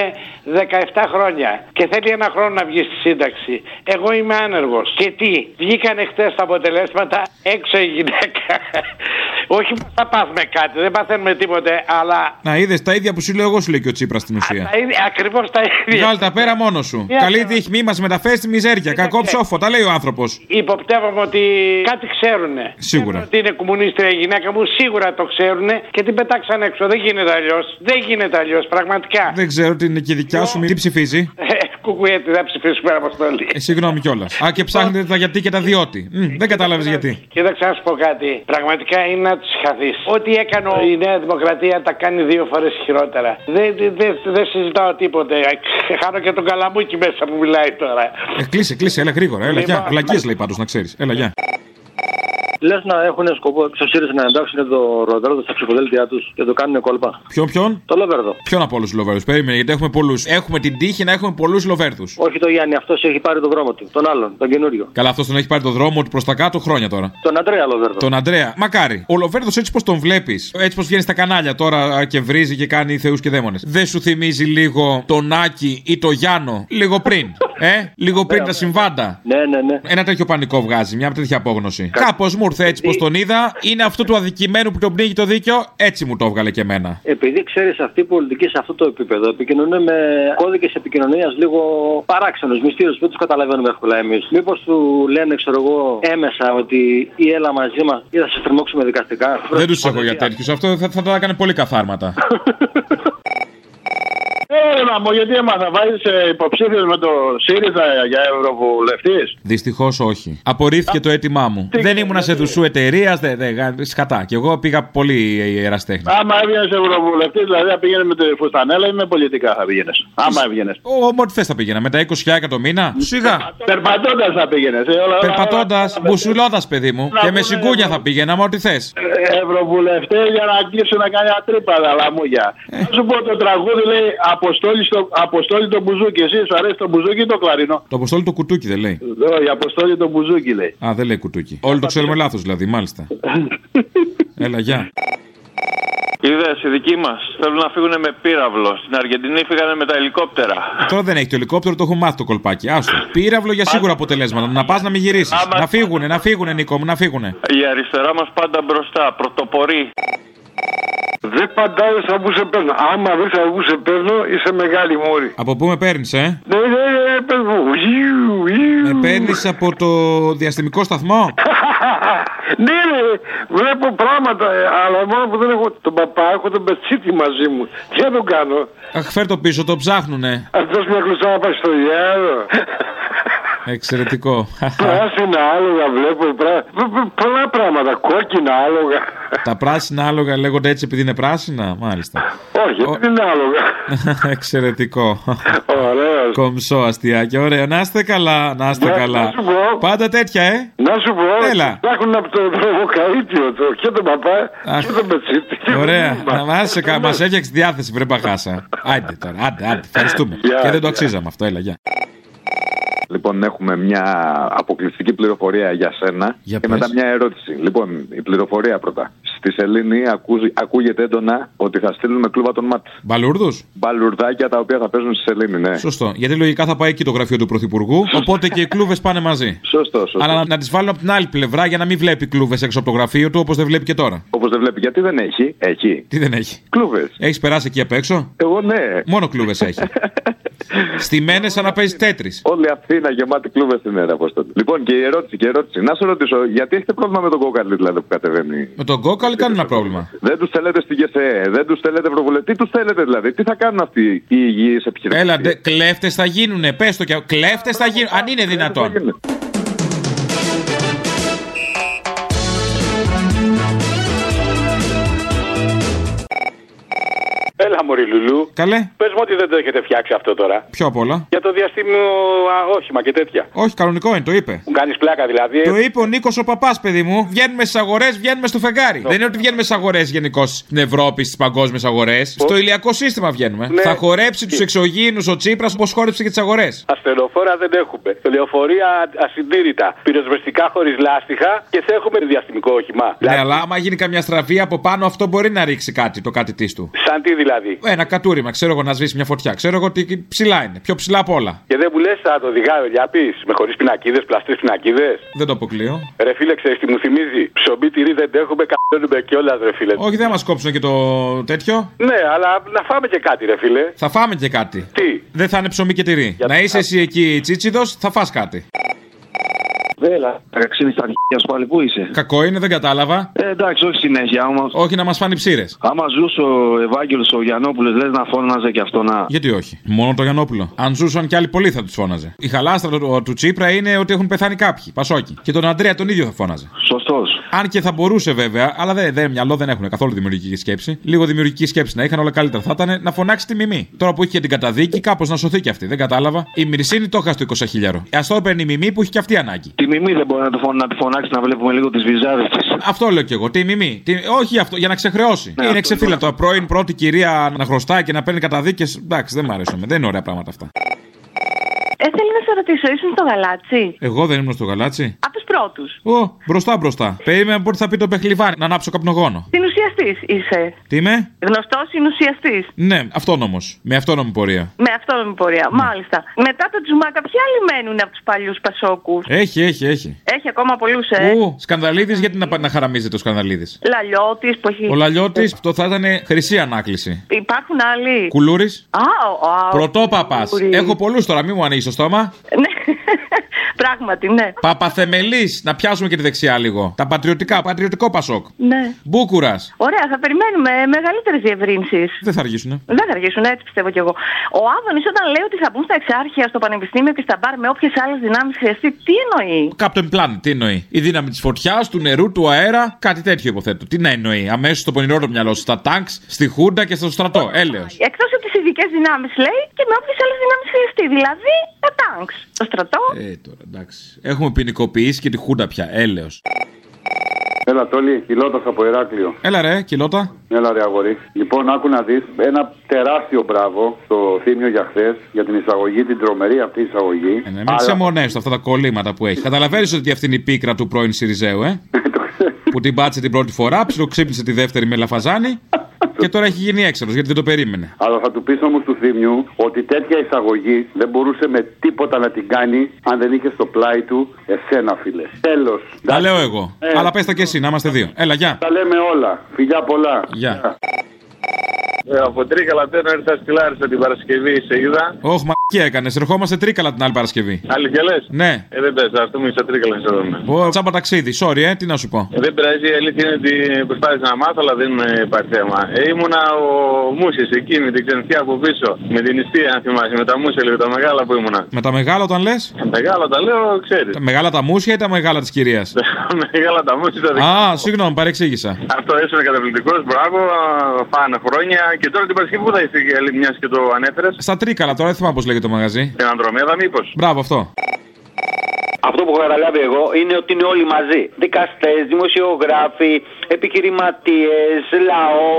[SPEAKER 21] χρόνια και θέλει ένα χρόνο να βγει στη σύνταξη. Εγώ είμαι άνεργος. Και τι, βγήκανε χτες τα αποτελέσματα έξω η γυναίκα. Όχι, μας θα πάθουμε κάτι, δεν παθαίνουμε τίποτε, αλλά
[SPEAKER 2] Να είδες τα ίδια που σου λέω εγώ, σου λέει και ο Τσίπρας στην ουσία.
[SPEAKER 21] ακριβώς τα ίδια.
[SPEAKER 2] Βγάλ τα πέρα μόνος σου.
[SPEAKER 21] Μια
[SPEAKER 2] Καλή
[SPEAKER 21] χαρά. Ε,
[SPEAKER 2] τύχη, μη μας μεταφέρεις τη μιζέρια. Κακό ψόφο, τα λέει ο άνθρωπος.
[SPEAKER 21] Υποπτεύομαι ότι κάτι ξέρουνε.
[SPEAKER 2] Σίγουρα.
[SPEAKER 21] Ότι είναι κομμουνίστρια η γυναίκα μου, σίγουρα το ξέρουνε και την πετάξαν έξω. Δεν γίνεται αλλιώς. Δεν γίνεται αλλιώς, πραγματικά.
[SPEAKER 2] Δεν ξέρω τι είναι και η δικιά
[SPEAKER 21] Ε.
[SPEAKER 2] σου, μη- τι ψηφίζει.
[SPEAKER 21] Κουκουέτη, δεν ψηφίσουμε αποστολή.
[SPEAKER 2] Ε, συγγνώμη κιόλας. Α, και ψάχνετε τα γιατί και τα διότι. Μμ,
[SPEAKER 21] Ε,
[SPEAKER 2] δεν κατάλαβες γιατί.
[SPEAKER 21] Κοίταξε να σου πω κάτι. Πραγματικά είναι να του χαθείς. Ό,τι έκανε η Νέα Δημοκρατία τα κάνει δύο φορές χειρότερα. Δεν δεν- δεν συζητάω τίποτε. Χάνω και τον καλαμούκι μέσα που μιλάει τώρα.
[SPEAKER 2] Ε, κλείσε, κλείσε, έλα γρήγορα. Έλα,
[SPEAKER 21] Λοιπόν.
[SPEAKER 2] γεια. Βλακίε λέει πάντως να ξέρεις. Έλα, γεια.
[SPEAKER 22] Λες να έχουν σκοπό εξω ΣΥΡΙΖΑ να εντάξουν το Ροδέρδο στα ψηφοδέλτια τους και το κάνουν κόλπα.
[SPEAKER 2] Ποιον, ποιον?
[SPEAKER 22] Το Λοβέρδο.
[SPEAKER 2] Ποιον από όλους τους λοβέρδους. Περίμενε, γιατί έχουμε πολλούς. Έχουμε την τύχη να έχουμε πολλούς λοβέρδους.
[SPEAKER 22] Όχι το Γιάννη, αυτός έχει πάρει τον δρόμο του. Τον άλλον, τον καινούριο.
[SPEAKER 2] Καλά, αυτός τον έχει πάρει το δρόμο του προς τα κάτω χρόνια τώρα.
[SPEAKER 22] Τον Αντρέα Λοβέρδο.
[SPEAKER 2] Τον Αντρέα. Μακάρι. Ο Λοβέρδος έτσι πως τον βλέπεις, έτσι πως βγαίνει στα κανάλια τώρα α, και βρίζει και κάνει θεούς και δαίμονες. Δεν σου θυμίζει λίγο τον Άκη ή τον Γιάννο, λίγο πριν. Ε, λίγο πριν τα συμβάντα.
[SPEAKER 22] Ναι, ναι, ναι.
[SPEAKER 2] Ένα τέτοιο πανικό βγάζει, μια τέτοια απόγνωση. Κάπως μου ήρθε έτσι πως τον είδα. Είναι αυτό του αδικημένου που τον πνίγει το δίκαιο, έτσι μου το έβγαλε και εμένα.
[SPEAKER 22] Επειδή ξέρεις αυτή η πολιτική σε αυτό το επίπεδο επικοινωνούν με κώδικες επικοινωνίας λίγο παράξενους, μυστήριους, δεν τους καταλαβαίνουμε εύκολα εμείς. Μήπως του λένε, ξέρω εγώ, έμεσα ότι ή έλα μαζί μας ή θα σε τριμώξουμε δικαστικά.
[SPEAKER 2] Δεν τους έχω για τέτοιους. Αυτό θα, θα τα έκανε πολύ καθάρματα.
[SPEAKER 6] Έλα μου, γιατί έμαθα, βάζεις ε, υποψήφιος με το ΣΥΡΙΖΑ για ευρωβουλευτής.
[SPEAKER 2] Δυστυχώς όχι. Απορρίφθηκε το αίτημά μου. Δεν ήμουνα σε δουσού εταιρείας, δεν. Δε, γα- σκατά. Και εγώ πήγα πολύ ιεραστέχνη.
[SPEAKER 6] Άμα έβγαινες ευρωβουλευτής, δηλαδή θα πήγαινες με τη φουστανέλα ή με πολιτικά θα πήγαινες. Άμα έβγαινες.
[SPEAKER 2] Ο, ο, ό,τι θες θα πήγαινα. Με τα 20.000 το μήνα. Σιγά.
[SPEAKER 6] Περπατώντας θα ε, πήγαινε.
[SPEAKER 2] Περπατώντα, μπουσουλώντας, παιδί μου. Και με συγκούνια
[SPEAKER 6] ναι.
[SPEAKER 2] θα πήγαινα, με ό,τι θες.
[SPEAKER 6] Ευρωβουλευτέ για να αγγίξουν να κάνει μια τρύπα τα λαμούγια. Θα σου πω το τραγούδι λέει Αποστόλη στο, αποστόλη το μπουζούκι. Εσύ σου αρέσει το μπουζούκι ή το κλαρινό.
[SPEAKER 2] Το αποστόλι το κουτούκι δεν λέει.
[SPEAKER 6] Εδώ η Αποστόλη το μπουζούκι λέει.
[SPEAKER 2] Α, δεν λέει κουτούκι. Όλοι το ξέρουμε λάθος δηλαδή, μάλιστα. Έλα, γεια.
[SPEAKER 7] Είδες, οι δικοί μας θέλουν να φύγουν με πύραυλο. Στην Αργεντινή φύγανε με τα ελικόπτερα.
[SPEAKER 2] Τώρα δεν έχει το ελικόπτερο, το έχω μάθει το κολπάκι. Άστο. Πύραυλο για σίγουρα αποτελέσματα. Να πας να μην γυρίσει. Να φύγουνε, να φύγουνε, Νίκο μου, να φύγουνε.
[SPEAKER 7] Η αριστερά μας πάντα μπροστά, πρωτοπορεί.
[SPEAKER 3] Δεν παντάει όπου σε παίρνω. Άμα δει όπου σε παίρνω, είσαι μεγάλη μόρη.
[SPEAKER 2] Από πού με παίρνεις, ε?
[SPEAKER 3] Ναι, ναι, ναι, ναι, πες μου. Ιου, ιου.
[SPEAKER 2] Με παίρνεις από το διαστημικό σταθμό.
[SPEAKER 3] Ναι, ρε, βλέπω πράγματα, ε, αλλά μόνο που δεν έχω τον παπά, έχω τον πετσίτη μαζί μου. Τι να τον κάνω.
[SPEAKER 2] Αχ, φέρ το πίσω, το ψάχνουνε.
[SPEAKER 3] Αυτός μια κλωστά να πάει στο γέρο.
[SPEAKER 2] Εξαιρετικό.
[SPEAKER 3] Πράσινα άλογα βλέπω, πρά... πο- πο- πολλά πράγματα, κόκκινα άλογα.
[SPEAKER 2] Τα πράσινα άλογα λέγονται έτσι επειδή είναι πράσινα, μάλιστα.
[SPEAKER 3] Όχι, δεν είναι άλογα.
[SPEAKER 2] Εξαιρετικό.
[SPEAKER 3] Ωραίος.
[SPEAKER 2] Κομψό αστιάκι, ωραίο. Να είστε καλά, να είστε καλά.
[SPEAKER 3] σου πω.
[SPEAKER 2] Πάντα τέτοια, ε.
[SPEAKER 3] Να σου πω,
[SPEAKER 2] Έλα.
[SPEAKER 3] ψάχνουν από το Δρομοκαΐτιο το, και τον παπά
[SPEAKER 2] Αχ.
[SPEAKER 3] και τον πετσίτη.
[SPEAKER 2] Ωραία. Να μας μα έφτιαξε τη διάθεση, βρε μπαγάσα. Άντε τώρα, άντε, άντε. Ευχαριστούμε.
[SPEAKER 11] Γεια,
[SPEAKER 2] Και δεν το
[SPEAKER 11] γεια.
[SPEAKER 2] αξίζαμε αυτό, έλα, γεια.
[SPEAKER 11] Λοιπόν, έχουμε μια αποκλειστική πληροφορία για σένα
[SPEAKER 2] Για
[SPEAKER 11] και
[SPEAKER 2] πες.
[SPEAKER 11] μετά μια ερώτηση. Λοιπόν, η πληροφορία πρώτα. Στη Σελήνη ακούς- ακούγεται έντονα ότι θα στείλουμε κλούβα των ΜΑΤ.
[SPEAKER 2] Μπαλούρδους.
[SPEAKER 11] Μπαλουρδάκια τα οποία θα παίζουν στη Σελήνη, ναι.
[SPEAKER 2] Σωστό. Γιατί λογικά θα πάει εκεί το γραφείο του Πρωθυπουργού, οπότε και οι κλούβες πάνε μαζί.
[SPEAKER 11] Σωστό, σωστό.
[SPEAKER 2] Αλλά να, να τις βάλουν από την άλλη πλευρά για να μην βλέπει κλούβες έξω από το γραφείο του όπως δεν βλέπει και τώρα.
[SPEAKER 11] Όπως δεν βλέπει, γιατί δεν έχει. Έχει.
[SPEAKER 2] Τι δεν έχει.
[SPEAKER 11] Κλούβες.
[SPEAKER 2] Έχεις περάσει εκεί απ' έξω.
[SPEAKER 11] Εγώ ναι.
[SPEAKER 2] Μόνο κλούβες έχει. Στημένε σαν να παίζει τέτρι.
[SPEAKER 11] Όλη Αθήνα γεμάτη κλούβε την μέρα, Απόστολη. Λοιπόν, και η ερώτηση, και η ερώτηση. Να σε ρωτήσω, γιατί έχετε πρόβλημα με τον κόκαλι δηλαδή, που κατεβαίνει.
[SPEAKER 2] Με τον κόκαλ κανένα πρόβλημα.
[SPEAKER 11] Ε, Δεν τους θέλετε στην ΚΕΣΕ, E, δεν τους θέλετε ευρωβουλευτή. Τι τους θέλετε δηλαδή, τι θα κάνουν αυτοί οι υγιείς επιχειρηματίες.
[SPEAKER 2] Έλα, κλέφτες θα γίνουνε. Πες το κι Κλέφτες θα γίνουν. Αν
[SPEAKER 11] Ε,
[SPEAKER 2] είναι δυνατόν.
[SPEAKER 6] Έλα.
[SPEAKER 11] όλα, Μωρή Λουλού.
[SPEAKER 2] Καλέ.
[SPEAKER 11] Πες μου ότι δεν το έχετε φτιάξει αυτό τώρα.
[SPEAKER 2] Πιο απ' όλα.
[SPEAKER 11] Για το διαστήμιο α, όχημα και τέτοια.
[SPEAKER 2] Όχι, κανονικό είναι, το είπε.
[SPEAKER 11] Μου κάνεις πλάκα δηλαδή.
[SPEAKER 2] Το είπε ο Νίκος ο παπάς, παιδί μου. Βγαίνουμε στι αγορές, βγαίνουμε στο
[SPEAKER 11] Ε,
[SPEAKER 2] φεγγάρι. Δεν είναι ότι βγαίνουμε στι αγορές γενικώς στην Ευρώπη, στις παγκόσμιες αγορές. Στο ηλιακό σύστημα βγαίνουμε.
[SPEAKER 11] Ε, Ναι.
[SPEAKER 2] Θα χορέψει τους εξωγήινους ο Τσίπρας όπως χόρεψε και τις αγορές.
[SPEAKER 11] Ασθενοφόρα δεν έχουμε. Λεωφορεία ασυντήρητα. Πυροσβεστικά χωρίς λάστιχα και θα έχουμε διαστημικό όχημα.
[SPEAKER 2] Ναι, αλλά άμα γίνει καμιά στραβή από πάνω, αυτό μπορεί να ρίξει κάτι, το κάτι της του.
[SPEAKER 11] Σαν τι δηλαδή.
[SPEAKER 2] Ένα κατούριμα, ξέρω εγώ να σβήσει μια φωτιά. Ξέρω εγώ ότι ψηλά είναι. Πιο ψηλά από όλα.
[SPEAKER 11] Και δεν μου λες, θα το οδηγάει ο Λιάπης με χωρίς πινακίδες, πλαστές πινακίδες.
[SPEAKER 2] Δεν το αποκλείω.
[SPEAKER 11] Ρε φίλε, ξέρεις τι μου θυμίζει. Ψωμπί τυρί δεν έχουμε, καθόλου κιόλας, ρε φίλε.
[SPEAKER 2] Όχι, δεν μας κόψουν και το τέτοιο.
[SPEAKER 11] Ναι, αλλά να φάμε και κάτι, ρε φίλε.
[SPEAKER 2] Θα φάμε και κάτι.
[SPEAKER 11] Τι.
[SPEAKER 2] Δεν θα είναι ψωμί και τυρί. να είσαι εσύ εκεί τσίτσιδος, θα φας κάτι.
[SPEAKER 3] Βέλα, ξύνει τα αρχεία σου πάλι, πού είσαι.
[SPEAKER 2] Κακό είναι, δεν κατάλαβα.
[SPEAKER 3] Ε, εντάξει, όχι συνέχεια όμω.
[SPEAKER 2] Όχι να μας φάνει ψήρες.
[SPEAKER 3] Άμα ζούσε ο Ευάγγελος ο Γιανόπουλο, λες να φώναζε κι αυτό να.
[SPEAKER 2] Γιατί όχι. Μόνο το Γιανόπουλο. Αν ζούσαν κι άλλοι πολλοί θα τους φώναζε. Η χαλάστρα του, του Τσίπρα είναι ότι έχουν πεθάνει κάποιοι. Πασόκι. Και τον Αντρέα τον ίδιο θα φώναζε.
[SPEAKER 3] Σωστός.
[SPEAKER 2] Αν και θα μπορούσε βέβαια, αλλά δεν δε, μυαλό δεν έχουν καθόλου δημιουργική σκέψη. Λίγο δημιουργική σκέψη να είχαν όλα καλύτερα θα ήταν να φωνάξει τη μιμή. Τώρα που είχε και την καταδίκη, κάπως να σωθεί κι αυτή. Δεν κατάλαβα. Η Μυρσίνη το έχασε το 20.000. Ας το έπαιρνε η μιμή που έχει κι αυτή ανάγκη.
[SPEAKER 3] Τη μιμή δεν μπορεί να, το φων, να τη φωνάξει να βλέπουμε λίγο τις βυζάδες της.
[SPEAKER 2] Αυτό λέω κι εγώ. Τι μιμή. Τι... Όχι αυτό, για να ξεχρεώσει.
[SPEAKER 3] Ναι,
[SPEAKER 2] είναι
[SPEAKER 3] αυτό
[SPEAKER 2] ξεφύλατο. Πρώην πρώτη κυρία να χρωστάει και να παίρνει καταδίκες. Εντάξει, δεν μου αρέσουν. Δεν είναι ωραία πράγματα αυτά.
[SPEAKER 9] Ε, θέλω να σε ρωτήσω, ήσουν στο γαλάτσι.
[SPEAKER 2] Εγώ δεν ήμουν στο γαλάτσι.
[SPEAKER 9] Από τους πρώτους.
[SPEAKER 2] Ω, μπροστά μπροστά. Περίμενα πότε θα πει το πεχλιβάνι να ανάψω καπνογόνο.
[SPEAKER 9] Συνουσιαστής είσαι.
[SPEAKER 2] Τι είμαι?
[SPEAKER 9] Γνωστός συνουσιαστής.
[SPEAKER 2] Ναι, αυτόνομος. Με αυτόνομη πορεία.
[SPEAKER 9] Με αυτόνομη
[SPEAKER 2] Ναι.
[SPEAKER 9] πορεία, μάλιστα. Μετά το Τζουμάκα, ποιοι άλλοι μένουν από τους παλιούς Πασόκους.
[SPEAKER 2] Έχει, έχει, έχει.
[SPEAKER 9] Έχει ακόμα πολλούς, ε.
[SPEAKER 2] Ου, σκανδαλίδης, γιατί να, πα- να χαραμίζεται ο σκανδαλίδης.
[SPEAKER 9] Λαλιώτης που έχει.
[SPEAKER 2] Ο λαλιώτης, το θα ήταν χρυσή ανάκληση.
[SPEAKER 9] Υπάρχουν άλλοι.
[SPEAKER 2] Κουλούρης.
[SPEAKER 9] Α, ο, ο,
[SPEAKER 2] Πρωτόπαπας.
[SPEAKER 9] Κουλούρης.
[SPEAKER 2] Έχω πολλούς τώρα, μην μου ανοίγεις το στόμα.
[SPEAKER 9] Πράγματι, ναι.
[SPEAKER 2] Παπαθεμελής, να πιάσουμε και τη δεξιά λίγο. Τα πατριωτικά, πατριωτικό Πασόκ.
[SPEAKER 9] ναι.
[SPEAKER 2] Μπούκουρας.
[SPEAKER 9] Ωραία, θα περιμένουμε μεγαλύτερες διευρύνσεις.
[SPEAKER 2] Δεν θα αργήσουνε.
[SPEAKER 9] Δεν θα αργήσουν, έτσι πιστεύω κι εγώ. Ο Άδωνης, όταν λέει ότι θα μπουν στα εξάρχεια, στο πανεπιστήμιο και στα μπαρ με όποιες άλλες δυνάμεις χρειαστεί, τι εννοεί.
[SPEAKER 2] Captain Planet, τι εννοεί. Η δύναμη της φωτιάς, του νερού, του αέρα, κάτι τέτοιο υποθέτω. Τι να εννοεί. Αμέσως στο πονηρό το μυαλό σου. Στα τάγκ, στη χούντα και στο στρατό. Έλεος.
[SPEAKER 9] Εκτός από τις ειδικές δυνάμεις, λέει, και με όποιες άλλες δυνάμεις χρειαστεί. Δηλαδή, τα τάγκ, το στρατό.
[SPEAKER 2] Ε, τώρα εντάξει. Έχουμε ποινικοποιήσει και τη χούντα πια. Έλεος.
[SPEAKER 5] Έλα, Τόλι, κιλότα από Ηράκλειο.
[SPEAKER 2] Έλα ρε, κιλότα.
[SPEAKER 5] Έλα, ρε αγόρι. Λοιπόν, άκου να δεις ένα τεράστιο μπράβο στο Θήμιο για χθες για την εισαγωγή, την τρομερή αυτή εισαγωγή.
[SPEAKER 2] Ε, Μην ξεμονέσαι αυτά τα κολλήματα που έχει. Καταλαβαίνεις ότι αυτή είναι η πίκρα του πρώην Σιριζέου, ε. που την πάτησε την πρώτη φορά, ψιλοξύπνησε τη δεύτερη με λαφαζάνη. και τώρα έχει γίνει έξαλλος γιατί δεν το περίμενε.
[SPEAKER 5] Αλλά θα του πεις όμως του Θήμιου ότι τέτοια εισαγωγή δεν μπορούσε με τίποτα να την κάνει αν δεν είχε στο πλάι του εσένα, φίλε. Τέλος.
[SPEAKER 2] Τα λέω εγώ. Αλλά πες τα και εσύ, να είμαστε δύο. Έλα, γεια.
[SPEAKER 5] Τα λέμε όλα. Φιλιά πολλά.
[SPEAKER 2] Γεια.
[SPEAKER 23] Ε, από τρίκαλα τένα ήρθα στη Λάρισα την Παρασκευή, σε είδα.
[SPEAKER 2] Όχι, μα έκανες. Ερχόμαστε τρίκαλα την άλλη Παρασκευή.
[SPEAKER 23] Αλήθεια λες.
[SPEAKER 2] Ναι.
[SPEAKER 23] Ε, δεν πες, αυτό μου είσαι τρίκαλα να σε δούμε.
[SPEAKER 2] Ω, τσάμπα ταξίδι, sorry, ε, τι να σου πω.
[SPEAKER 23] Ε, δεν πειράζει, η αλήθεια είναι ότι προσπάθησα να μάθω, αλλά δεν ε, υπάρχει θέμα. Ε, ήμουνα ο Μούσης εκεί με την ξενιτιά από πίσω. Με την νηστεία, αν θυμάσαι, με τα μουσια λίγο, τα μεγάλα που ήμουνα.
[SPEAKER 2] Με τα μεγάλα όταν λες.
[SPEAKER 23] Μεγάλα τα λέω, ξέρεις.
[SPEAKER 2] Τα μεγάλα τα μουσια ή τα μεγάλα της κυρίας.
[SPEAKER 23] μεγάλα τα μουσια τα δικά.
[SPEAKER 2] Α, συγγνώμη, παρεξήγησα.
[SPEAKER 23] Αυτό έσαι καταπληκτικός, μπράβο, α, πάνε χρόνια. Και τώρα την Παρασκευή που θα είσαι, μιας και το ανέφερες.
[SPEAKER 2] Στα τρίκαλα τώρα, δεν θυμάμαι πώς λέγεται το μαγαζί.
[SPEAKER 23] Στην Ανδρομέδα, μήπως.
[SPEAKER 2] Μπράβο αυτό.
[SPEAKER 22] Αυτό που έχω καταλάβει εγώ είναι ότι είναι όλοι μαζί. Δικαστές, δημοσιογράφοι, επιχειρηματίες, λαός.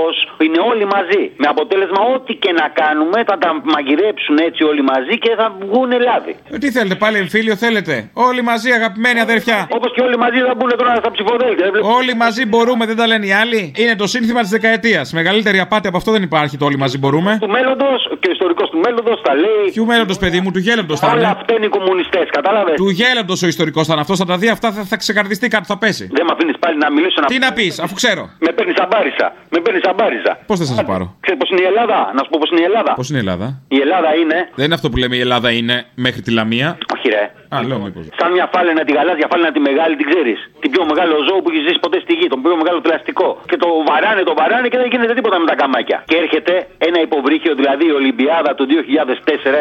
[SPEAKER 22] Είναι όλοι μαζί. Με αποτέλεσμα, ό,τι και να κάνουμε, θα τα μαγειρέψουν έτσι όλοι μαζί και θα βγουν λάδι.
[SPEAKER 2] Ε, Τι θέλετε, πάλι εμφύλιο θέλετε. Όλοι μαζί, αγαπημένοι αδερφιά.
[SPEAKER 22] Όπως και όλοι μαζί θα μπουν τώρα στα ψηφοδέλτια.
[SPEAKER 2] Όλοι μαζί μπορούμε, δεν τα λένε οι άλλοι. Είναι το σύνθημα της δεκαετίας. Μεγαλύτερη απάτη από αυτό δεν υπάρχει το όλοι μαζί μπορούμε.
[SPEAKER 22] Του μέλλοντος και ο ιστορικός του μέλλοντος θα λέει.
[SPEAKER 2] Ποιου μέλλοντος, παιδί μου, του γέλλοντο θα
[SPEAKER 22] Όλα
[SPEAKER 2] είναι.
[SPEAKER 22] αυτά είναι οι κομμουνιστές, κατάλαβες.
[SPEAKER 2] Του γέλλοντο ο ιστορικός θα είναι αυτός, θα τα δει αυτά, θα, θα ξεκαρδιστεί κάτω, θα πέσει.
[SPEAKER 22] Δεν με αφήνεις πάλι να μιλήσω να
[SPEAKER 2] Τι να πεις, αφού ξέρω.
[SPEAKER 22] Με παίρνεις αμπάρισα. Με παίρνεις αμπάρισα.
[SPEAKER 2] Πώς θα σα πάρω.
[SPEAKER 22] Ξέρεις πώς είναι η Ελλάδα. Να σου πω πώς είναι η Ελλάδα.
[SPEAKER 2] Πώς είναι η Ελλάδα.
[SPEAKER 22] Η Ελλάδα είναι.
[SPEAKER 2] Δεν είναι αυτό που λέμε η Ελλάδα είναι μέχρι τη Λαμία.
[SPEAKER 22] Όχι, ρε.
[SPEAKER 2] Α, λέω μήπως.
[SPEAKER 22] Σαν μια φάλαινα τη γαλάζια φάλαινα τη μεγάλη, την ξέρεις. Την πιο μεγάλο ζώο που έχεις ζήσει ποτέ στη γη. Τον πιο μεγάλο θηλαστικό. Και το βαράνε, το βαράνε και δεν γίνεται τίποτα με τα καμάκια. Και έρχεται ένα υποβρύχιο, δηλαδή η Ολυμπιάδα του 2004,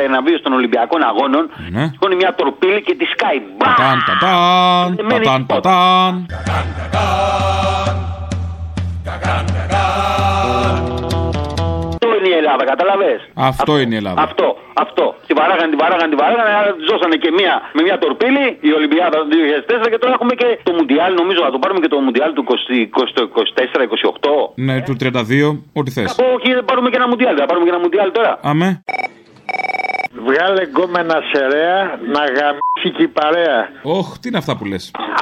[SPEAKER 22] ένα βίο των Ολυμπιακών Αγώνων.
[SPEAKER 2] Ναι.
[SPEAKER 22] Σηκώνει μια τορπίλη και τη σκάει. Μπα!
[SPEAKER 2] Πατάν, πατάν,
[SPEAKER 22] Μένει
[SPEAKER 2] πατάν,
[SPEAKER 22] τίποτα.
[SPEAKER 2] πατάν.
[SPEAKER 22] Αυτό είναι η Ελλάδα. Ελλάδα, κατάλαβε.
[SPEAKER 7] Αυτό είναι η Ελλάδα.
[SPEAKER 22] Αυτό, αυτό. Την παράγανε, την παράγανε, την παράγανε, άρα τη δώσανε και μία με μία τορπίλη, η Ολυμπιάδα του 2004 και τώρα έχουμε και το Μουντιάλ, νομίζω να το πάρουμε και το Μουντιάλ του 24-28.
[SPEAKER 7] Ναι, του 32, ό,τι θες.
[SPEAKER 22] Όχι, δεν πάρουμε και ένα Μουντιάλ, δεν πάρουμε και ένα Μουντιάλ τώρα.
[SPEAKER 7] Αμέ.
[SPEAKER 11] Βγάλε γκόμενα σερέα να γαμίσει και η παρέα.
[SPEAKER 7] Όχ, τι είναι αυτά που λες.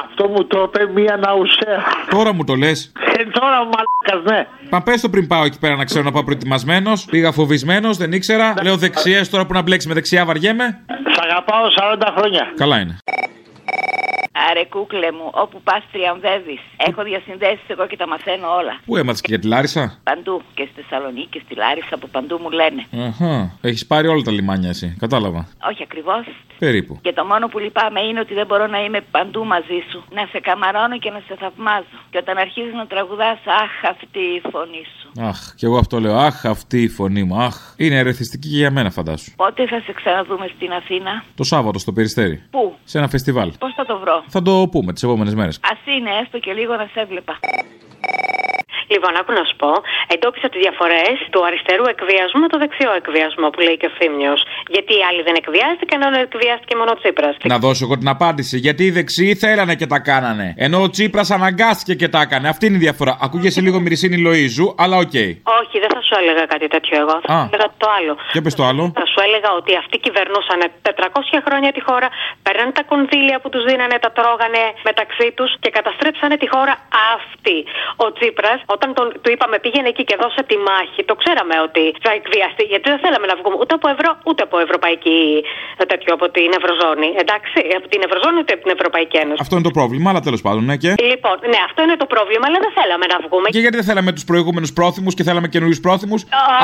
[SPEAKER 11] Αυτό μου το είπε μία ναουσέα.
[SPEAKER 7] Τώρα μου το λες.
[SPEAKER 11] Ε, τώρα ο μαλάκας, ναι.
[SPEAKER 7] Μα πες το πριν πάω εκεί πέρα να ξέρω να πάω προετοιμασμένος. Πήγα φοβισμένος, δεν ήξερα. Λέω δεξιές τώρα που να μπλέξεις με δεξιά βαριέμαι.
[SPEAKER 11] Σ' αγαπάω 40 χρόνια.
[SPEAKER 7] Καλά είναι.
[SPEAKER 24] Αρε κούκλε μου, όπου πας τριαμβεύεις. Έχω διασυνδέσεις εγώ και τα μαθαίνω όλα.
[SPEAKER 7] Πού έμαθες και για τη Λάρισα.
[SPEAKER 24] Παντού και στη Θεσσαλονίκη, στη Λάρισα, από παντού μου λένε.
[SPEAKER 7] Αχα. Έχεις πάρει όλα τα λιμάνια εσύ. Κατάλαβα.
[SPEAKER 24] Όχι ακριβώς.
[SPEAKER 7] Περίπου.
[SPEAKER 24] Και το μόνο που λυπάμαι είναι ότι δεν μπορώ να είμαι παντού μαζί σου. Να σε καμαρώνω και να σε θαυμάζω. Και όταν αρχίζεις να τραγουδάς, αχ, αυτή η φωνή σου.
[SPEAKER 7] Αχ, και εγώ αυτό λέω. Αχ, αυτή η φωνή μου. Αχ. Είναι ερεθιστική και για μένα, φαντάσου.
[SPEAKER 24] Πότε θα σε ξαναδούμε στην Αθήνα.
[SPEAKER 7] Το Σάββατο στο Περιστέρι.
[SPEAKER 24] Πού,
[SPEAKER 7] Σε ένα φεστιβάλ.
[SPEAKER 24] πώς θα το βρω.
[SPEAKER 7] Θα το πούμε τις επόμενες μέρες.
[SPEAKER 24] Ας είναι έστω και λίγο να σε έβλεπα.
[SPEAKER 25] Λοιπόν, άκου να σου πω, εντόπισα τις διαφορές του αριστερού εκβιασμού με το δεξιό εκβιασμό που λέει και ο Φίμιο. Γιατί οι άλλοι δεν εκβιάστηκαν, ενώ εκβιάστηκε μόνο ο Τσίπρας.
[SPEAKER 7] Να δώσω εγώ την απάντηση. Γιατί οι δεξιοί θέλανε και τα κάνανε. Ενώ ο Τσίπρας αναγκάστηκε και τα έκανε. Αυτή είναι η διαφορά. Ακούγεσαι λίγο μυρισίνη Λοίζου, αλλά οκ.
[SPEAKER 25] Όχι, δεν θα σου έλεγα κάτι τέτοιο εγώ. Θα
[SPEAKER 7] Α.
[SPEAKER 25] σου έλεγα το άλλο.
[SPEAKER 7] Για πες το άλλο.
[SPEAKER 25] Θα σου έλεγα ότι αυτοί κυβερνούσαν 400 χρόνια τη χώρα, παίρνανε τα κονδύλια που τους δίνανε, τα τρώγανε μεταξύ τους και καταστρέψανε τη χώρα αυτή. Ο Τσίπρας, όταν τον, του είπαμε πήγαινε εκεί και δώσε τη μάχη, το ξέραμε ότι θα εκβιαστεί, γιατί δεν θέλαμε να βγούμε ούτε από ευρώ ούτε από ευρωπαϊκή ε, τέτοιο, από την Ευρωζώνη. Εντάξει, από την Ευρωζώνη ούτε από την Ευρωπαϊκή Ένωση.
[SPEAKER 7] Αυτό είναι το πρόβλημα, αλλά τέλος πάντων, ναι και.
[SPEAKER 25] Λοιπόν, ναι, αυτό είναι το πρόβλημα, αλλά δεν θέλαμε να βγούμε.
[SPEAKER 7] Και γιατί δεν θέλαμε τους προηγούμενους πρόθυμους και θέλαμε καινούριους πρόθυμους,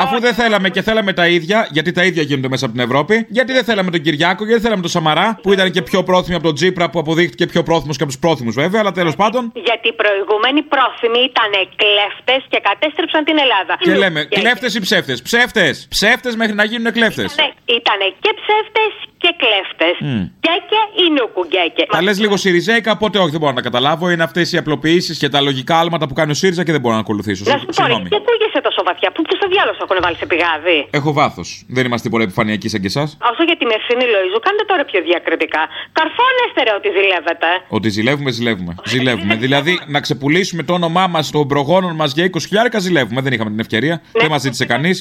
[SPEAKER 7] αφού δεν θέλαμε και θέλαμε τα ίδια, γιατί τα ίδια γίνονται μέσα από την Ευρώπη, γιατί δεν θέλαμε τον Κυριάκο, γιατί δεν θέλαμε τον Σαμαρά, που ήταν και πιο πρόθυμοι από τον Τζίπρα, που αποδείχτηκε πιο πρόθυμος και από τους πρόθυμους βέβαια, αλλά τέλος πάντων.
[SPEAKER 25] Γιατί οι προηγούμενοι πρόθυμοι ήταν κλέφτε και κατέστρεψαν την Ελλάδα.
[SPEAKER 7] Και λέμε, κλέφτες ή ψεύτες. Ψεύτες! Ψεύτες μέχρι να γίνουν κλέφτες.
[SPEAKER 25] Ήταν και ψεύτες και κλέφτες.
[SPEAKER 7] Μμ.
[SPEAKER 25] Γκέκε ή νουκουγκέκε.
[SPEAKER 7] Τα λες λίγο Σιριζέικα, οπότε όχι, δεν μπορώ να καταλάβω. Είναι αυτές οι απλοποιήσεις και τα λογικά άλματα που κάνει ο ΣΥΡΙΖΑ και δεν μπορώ να ακολουθήσω.
[SPEAKER 25] Να σου πω, ρε,
[SPEAKER 7] Συγγνώμη.
[SPEAKER 25] γιατί ακούγεσαι τόσο βαθιά. Πού και στο διάλογο έχουν βάλει σε πηγάδι.
[SPEAKER 7] Έχω βάθος. Δεν είμαστε πολύ επιφανειακοί σαν και εσάς.
[SPEAKER 25] Όσο για την Ερσίνη Λοϊζού, κάντε τώρα πιο διακριτικά. Καρφώνεστε ρε ότι ζηλεύετε.
[SPEAKER 7] Ότι ζηλεύουμε, ζηλεύουμε. Ζηλεύουμε. δηλαδή να ξεπουλήσουμε το όνομά μας των προγόνων μας για 20 χιλιάρικα, ζηλεύουμε. Δεν είχαμε την ευκαιρία. Δεν μας ζήτησε κανείς.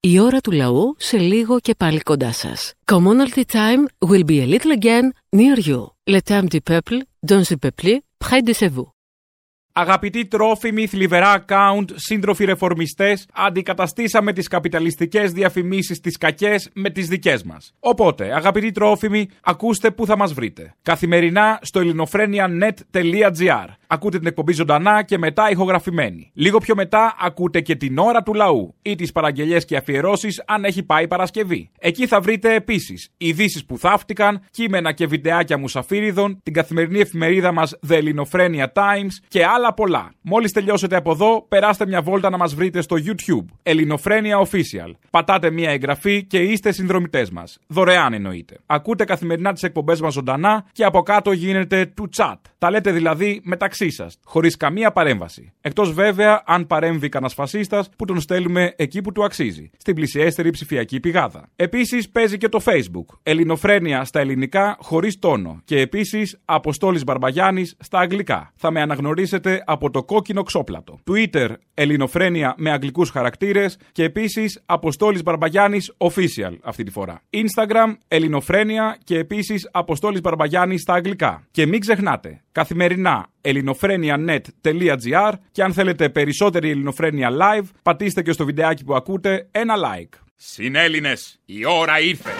[SPEAKER 1] Η ώρα του λαού σε λίγο και πάλι κοντά σας. Commonalty time will be a little again near you. Le temps du peuple, dans le peuple, près de chez vous.
[SPEAKER 2] Αγαπητοί τρόφιμοι, θλιβερά account, σύντροφοι ρεφορμιστές, αντικαταστήσαμε τις καπιταλιστικές διαφημίσεις τις κακές με τις δικές μας. Οπότε, αγαπητοί τρόφιμοι, ακούστε πού θα μας βρείτε. Καθημερινά στο ελληνοφρένια.net.gr. Ακούτε την εκπομπή ζωντανά και μετά ηχογραφημένη. Λίγο πιο μετά ακούτε και την ώρα του λαού ή τις παραγγελίες και αφιερώσεις αν έχει πάει Παρασκευή. Εκεί θα βρείτε επίσης ειδήσεις που θαύτηκαν, κείμενα και βιντεάκια μουσαφίριδων, την καθημερινή εφημερίδα μας The Ελληνοφρένια Times και άλλα πολλά. Μόλις τελειώσετε από εδώ, περάστε μια βόλτα να μας βρείτε στο YouTube. Ελληνοφρένια Official. Πατάτε μια εγγραφή και είστε συνδρομητές μας. Δωρεάν εννοείται. Ακούτε καθημερινά τις εκπομπές μας ζωντανά και από κάτω γίνεται του chat. Τα λέτε δηλαδή μεταξύ σας, χωρίς καμία παρέμβαση. Εκτός βέβαια αν παρέμβει κανένας φασίστας που τον στέλνουμε εκεί που του αξίζει, στην πλησιέστερη ψηφιακή πηγάδα. Επίσης παίζει και το Facebook. Ελληνοφρένια στα ελληνικά χωρίς τόνο. Και επίσης Αποστόλης Μπαρμπαγιάννης στα αγγλικά. Θα με αναγνωρίσετε από το κόκκινο ξόπλατο. Twitter Ελληνοφρένια με αγγλικούς χαρακτήρες και επίσης Αποστόλης Μπαρμπαγιάννης Official αυτή τη φορά. Instagram Ελληνοφρένια και επίσης Αποστόλης Μπαρμπαγιάννης στα αγγλικά. Και μην ξεχνάτε, καθημερινά ελληνοφρένια.net.gr και αν θέλετε περισσότερη ελληνοφρένια live, πατήστε και στο βιντεάκι που ακούτε ένα like. Συνέλληνες, η ώρα ήρθε.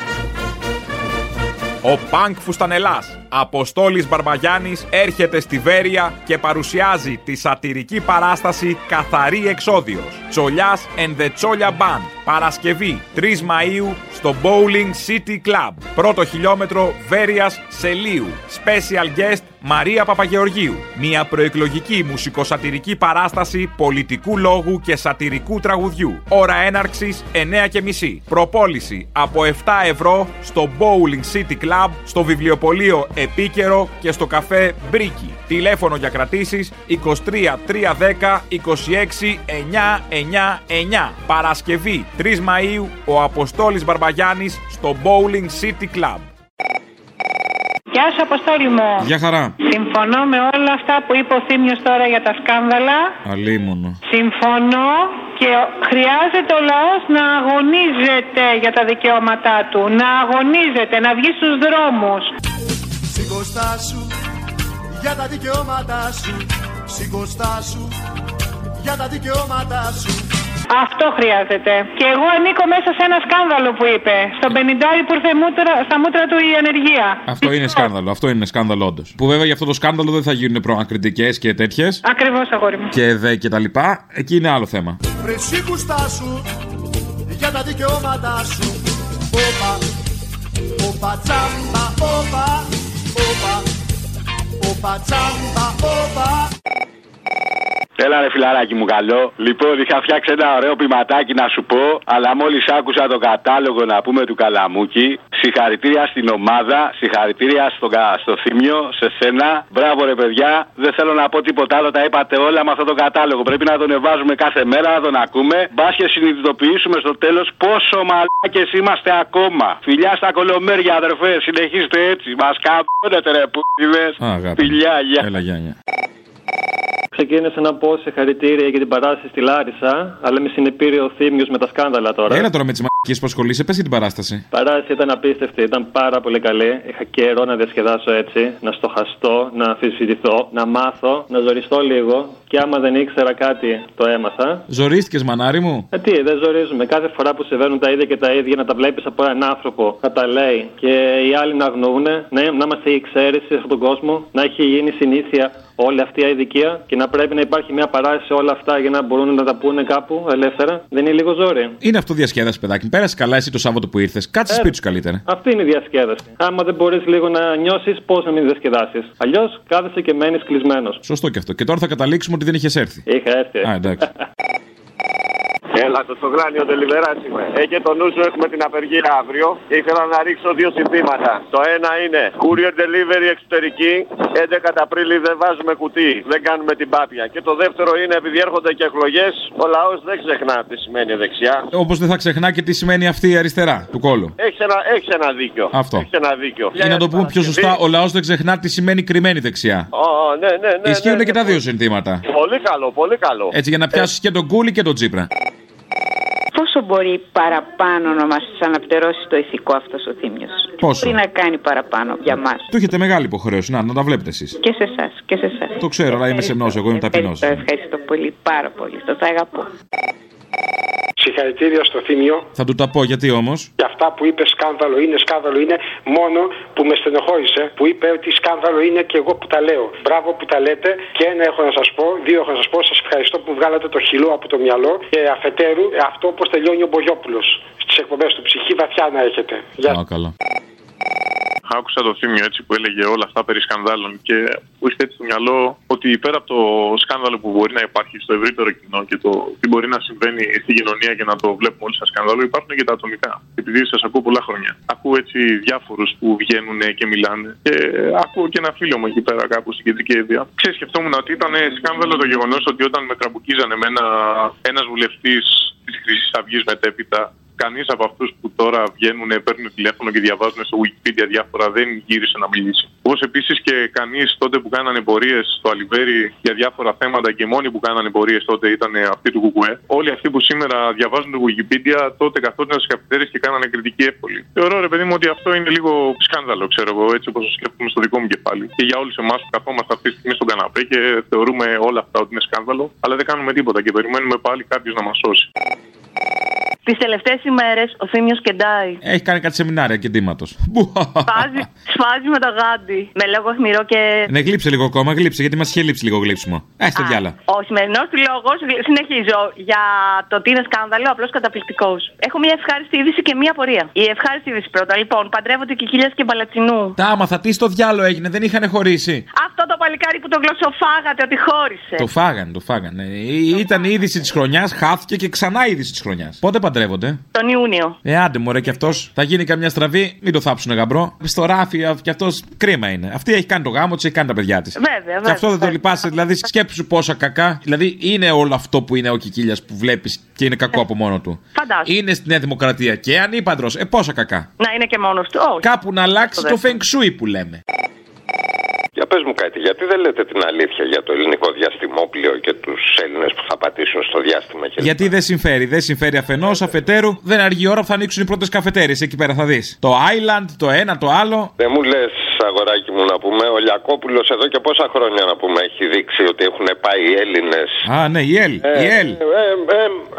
[SPEAKER 2] Ο Πανκ Φουστανελάς, Αποστόλης Μπαρμπαγιάννης, έρχεται στη Βέρεια και παρουσιάζει τη σατυρική παράσταση «Καθαρή Εξόδιος». Τσολιάς and the Τσόλια Band. Παρασκευή 3 Μαΐου στο Bowling City Club. Πρώτο χιλιόμετρο Βέρειας Σελίου. Special guest Μαρία Παπαγεωργίου. Μια προεκλογική μουσικοσατυρική παράσταση πολιτικού λόγου και σατυρικού τραγουδιού. Ώρα έναρξης 9.30. Προπόληση από 7 ευρώ στο Bowling City Club στο βιβλιοπωλείο
[SPEAKER 10] επίκαιρο και στο καφέ Μπρίκι. Τηλέφωνο για κρατήσεις 23 310 26 999. Παρασκευή 3 Μαΐου ο Αποστόλης Μπαρμπαγιάννης στο Bowling City Club.
[SPEAKER 26] Γεια σου, Αποστόλη μου.
[SPEAKER 2] Γεια χαρά.
[SPEAKER 26] Συμφωνώ με όλα αυτά που είπε ο Θήμιος τώρα για τα σκάνδαλα.
[SPEAKER 2] Αλίμονο.
[SPEAKER 26] Συμφωνώ και χρειάζεται ο λαός να αγωνίζεται για τα δικαιώματά του. Να αγωνίζεται, να βγει στους δρόμους.
[SPEAKER 14] Σηκωστά σου για τα δικαιώματά σου. Σηκωστά σου για τα δικαιώματά σου.
[SPEAKER 26] Αυτό χρειάζεται. Και εγώ ανήκω μέσα σε ένα σκάνδαλο που είπε. Στον 50 που ήρθε μούτρα, στα μούτρα του η ανεργία.
[SPEAKER 2] Αυτό είναι σκάνδαλο. Αυτό είναι σκάνδαλο, όντως. Που βέβαια για αυτό το σκάνδαλο δεν θα γίνουν προανακριτικέ και τέτοιες.
[SPEAKER 26] Ακριβώς, αγόρι μου.
[SPEAKER 2] Και δε και τα λοιπά. Εκεί είναι άλλο θέμα.
[SPEAKER 14] Βρες σήκουστά σου για τα δικαιώματά σου. Όπα, όπα τσάμπα, όπα, όπα, όπα τσάμπα, όπα.
[SPEAKER 11] Έλα ρε φιλαράκι μου καλό. Λοιπόν, είχα φτιάξει ένα ωραίο ποιηματάκι να σου πω, αλλά μόλις άκουσα τον κατάλογο να πούμε του Καλαμούκη, συγχαρητήρια στην ομάδα, συγχαρητήρια στο, στο θύμιο, σε σένα. Μπράβο ρε παιδιά, δεν θέλω να πω τίποτα άλλο, τα είπατε όλα με αυτόν τον κατάλογο. Πρέπει να τον εβάζουμε κάθε μέρα, να τον ακούμε. Μπας και συνειδητοποιήσουμε στο τέλος πόσο μαλάκες είμαστε ακόμα. Φιλιά στα κολομέρια, αδερφέ, συνεχίστε έτσι. Μας καμπώνετε ρε που Φιλιά, γεια.
[SPEAKER 2] Έλα, γεια, γεια.
[SPEAKER 27] Ξεκίνησα να πω συγχαρητήρια για την παράσταση στη Λάρισα, αλλά με συνεπήρε ο Θήμιος με τα σκάνδαλα τώρα.
[SPEAKER 2] Έλα τώρα με τις μακκίε που ασχολείσαι, πες για την παράσταση.
[SPEAKER 27] Η παράσταση ήταν απίστευτη, ήταν πάρα πολύ καλή. Είχα καιρό να διασκεδάσω έτσι, να στοχαστώ, να αμφισβητηθώ, να μάθω, να ζοριστώ λίγο. Και άμα δεν ήξερα κάτι, το έμαθα.
[SPEAKER 2] Ζορίστηκες, μανάρι μου.
[SPEAKER 27] Ε, τι, δεν ζορίζουμε. Κάθε φορά που συμβαίνουν τα ίδια και τα ίδια, να τα βλέπεις από έναν άνθρωπο να τα λέει και οι άλλοι να αγνοούν, να, να είμαστε η εξαίρεση σε αυτόν τον κόσμο, να έχει γίνει συνήθεια όλη αυτή η αδικία και να πρέπει να υπάρχει μια παράση σε όλα αυτά για να μπορούν να τα πούνε κάπου ελεύθερα. Δεν είναι λίγο ζόρι.
[SPEAKER 2] Είναι αυτό διασκέδαση, παιδάκι. Πέρασε καλά εσύ το Σάββατο που ήρθες. Κάτσε
[SPEAKER 27] Ε.
[SPEAKER 2] σπίτι σου καλύτερα.
[SPEAKER 27] Αυτή είναι η διασκέδαση. Άμα δεν μπορείς λίγο να νιώσεις, πώς να μην διασκεδάσεις. Αλλιώς κάθεσαι και μένεις κλεισμένος.
[SPEAKER 2] Σωστό και αυτό. Και τώρα θα καταλήξουμε ότι δεν είχες έρθει.
[SPEAKER 27] Είχα έρθει.
[SPEAKER 2] Α, εντάξει.
[SPEAKER 28] Έλα, Κοτσογλάνιο Τελιβερά είμαι. Ε, και το νου σου έχουμε την απεργία αύριο και ήθελα να ρίξω δύο συνθήματα. Το ένα είναι Courier Delivery εξωτερική. 11 Απρίλη δεν βάζουμε κουτί, δεν κάνουμε την πάπια. Και το δεύτερο είναι επειδή έρχονται και εκλογές, ο λαός δεν ξεχνά τι σημαίνει δεξιά.
[SPEAKER 2] Όπως δεν θα ξεχνά και τι σημαίνει αυτή η αριστερά του κόλου.
[SPEAKER 28] Έχεις ένα, έχεις ένα δίκιο.
[SPEAKER 2] Αυτό.
[SPEAKER 28] Έχεις ένα δίκιο.
[SPEAKER 2] Ή να το πούμε πιο σωστά, ο λαός δεν ξεχνά τι σημαίνει κρυμμένη δεξιά.
[SPEAKER 28] Ω, ναι, ναι, ναι.
[SPEAKER 2] Ισχύουν
[SPEAKER 28] ναι,
[SPEAKER 2] και τα δύο συνθήματα.
[SPEAKER 28] Πολύ καλό, πολύ καλό. Ε,
[SPEAKER 2] Έτσι για να πιάσεις και τον κούλι και τον τσίπρα.
[SPEAKER 15] Πόσο μπορεί παραπάνω να μας αναπτερώσει το ηθικό αυτός ο Θήμιος.
[SPEAKER 2] Πόσο?
[SPEAKER 15] Μπορεί να κάνει παραπάνω για μας.
[SPEAKER 2] Του έχετε μεγάλη υποχρέωση να, να τα βλέπετε εσείς.
[SPEAKER 15] Και σε εσάς και σε Ε, εσάς.
[SPEAKER 2] Το ξέρω, αλλά είμαι σεμνό. Εγώ είμαι ταπεινός.
[SPEAKER 15] Το ευχαριστώ πολύ, πάρα πολύ. Το τα αγαπώ.
[SPEAKER 29] Συγχαρητήρια στο Θήμιο.
[SPEAKER 2] Θα του τα πω γιατί όμως.
[SPEAKER 29] Για αυτά που είπε σκάνδαλο είναι, σκάνδαλο είναι, μόνο που με στενοχώρησε, που είπε ότι σκάνδαλο είναι και εγώ που τα λέω. Μπράβο που τα λέτε και ένα έχω να σας πω, δύο έχω να σας πω, σας ευχαριστώ που βγάλατε το χυλό από το μυαλό και αφετέρου ε, αυτό όπω τελειώνει ο Μπογιόπουλος. Στις εκπομπές του ψυχή βαθιά να έχετε.
[SPEAKER 2] Α, καλά.
[SPEAKER 30] Άκουσα το θύμιο έτσι που έλεγε όλα αυτά περί σκανδάλων και μου ήρθε έτσι στο μυαλό ότι πέρα από το σκάνδαλο που μπορεί να υπάρχει στο ευρύτερο κοινό και το τι μπορεί να συμβαίνει στην κοινωνία και να το βλέπουμε όλοι σαν σκάνδαλο, υπάρχουν και τα ατομικά. Επειδή σας ακούω πολλά χρόνια, ακούω έτσι διάφορους που βγαίνουν και μιλάνε. Και Ε, ακούω και ένα φίλο μου εκεί πέρα κάπου στην κεντρική έδεια. Ξέρετε, σκεφτόμουν ότι ήταν ε, σκάνδαλο το γεγονός ότι όταν με τραμπουκίζανε εμένα ένα βουλευτής της Χρυσής Αυγής μετέπειτα Κανείς από αυτούς που τώρα βγαίνουν, παίρνουν τηλέφωνο και διαβάζουν στο Wikipedia διάφορα δεν γύρισε να μιλήσει. Όπως επίσης και κανείς τότε που κάνανε πορείες στο Αλιβέρι για διάφορα θέματα και μόνοι που κάνανε πορείες τότε ήταν ε, αυτοί του Κουκουέ. Όλοι αυτοί που σήμερα διαβάζουν το Wikipedia τότε καθόντουσαν στι καφετέρειε και κάνανε κριτική εύκολη. Θεωρώ ρε παιδί μου ότι αυτό είναι λίγο σκάνδαλο, ξέρω εγώ, έτσι όπως το σκέφτομαι στο δικό μου κεφάλι. Και για όλους εμάς που καθόμαστε αυτή τη στιγμή στον καναπέ και θεωρούμε όλα αυτά ότι είναι σκάνδαλο, αλλά δεν κάνουμε τίποτα και περιμένουμε πάλι κάποιος να μας σώσει.
[SPEAKER 9] Τις τελευταίες ημέρες ο Θήμιος κεντάει.
[SPEAKER 2] Έχει κάνει κάτι σεμινάρια και ντύματος.
[SPEAKER 9] Σφάζει, σφάζει με το γάντι. Με λόγο αιχμηρό και.
[SPEAKER 2] Ναι, γλύψε λίγο ακόμα, γλύψε, γιατί μας είχε λείψει λίγο γλύψιμο.
[SPEAKER 31] Ε,
[SPEAKER 2] Α, στο διάλα.
[SPEAKER 9] Ο σημερινό του λόγο, συνεχίζω, για το τι είναι σκάνδαλο, απλώς καταπληκτικός. Έχω μια ευχάριστη είδηση και μια απορία. Η ευχάριστη είδηση πρώτα, λοιπόν, παντρεύονται Κικίλιας και Μπαλατσινού.
[SPEAKER 2] Τα άμαθα, τι στο διάλο έγινε, δεν είχαν χωρίσει.
[SPEAKER 9] Αυτό το παλικάρι που το γλωσσοφάγατε ότι χώρισε.
[SPEAKER 31] Το φάγανε, το φάγανε. Ή- Ήταν η είδηση της χρονιάς, χάθηκε και ξανά η είδηση της χρονιάς. Πότε παντρεύονται.
[SPEAKER 9] Τον Ιούνιο.
[SPEAKER 31] Ε, άντε μωρέ και αυτός θα γίνει καμιά στραβή, μην το θάψουνε γαμπρό. Στο ράφι αυ- κι αυτός κρίμα είναι. Αυτή έχει κάνει το γάμο της, έχει κάνει τα παιδιά της.
[SPEAKER 9] Βέβαια,
[SPEAKER 31] Και
[SPEAKER 1] Ε,
[SPEAKER 9] βέβαια.
[SPEAKER 31] αυτό δεν το λυπάσαι, δηλαδή σκέψου πόσα κακά. Δηλαδή είναι όλο αυτό που είναι ο Κικίλιας που βλέπεις και είναι κακό από μόνο του.
[SPEAKER 9] Φαντάζομαι.
[SPEAKER 31] Είναι στη Νέα Δημοκρατία και ανήπαντρος. Ε, πόσα κακά.
[SPEAKER 9] Να είναι και μόνος του. Όχι.
[SPEAKER 31] Κάπου να αλλάξει το Feng Shui που λέμε.
[SPEAKER 32] Για πες μου κάτι, γιατί δεν λέτε την αλήθεια για το ελληνικό διαστημόπλαιο και τους Έλληνες που θα πατήσουν στο διάστημα και
[SPEAKER 31] Γιατί δεν συμφέρει. Δεν συμφέρει αφενός, αφετέρου. Δεν αργεί η ώρα που θα ανοίξουν οι πρώτες καφετέρειε. Εκεί πέρα θα δεις. Το Island, το ένα, το άλλο.
[SPEAKER 32] Δεν μου λες, αγοράκι μου, να πούμε, ο Λιακόπουλος εδώ και πόσα χρόνια να πούμε έχει δείξει ότι έχουν πάει οι Ε, Έλληνες.
[SPEAKER 31] Α, ναι, η L. Η L.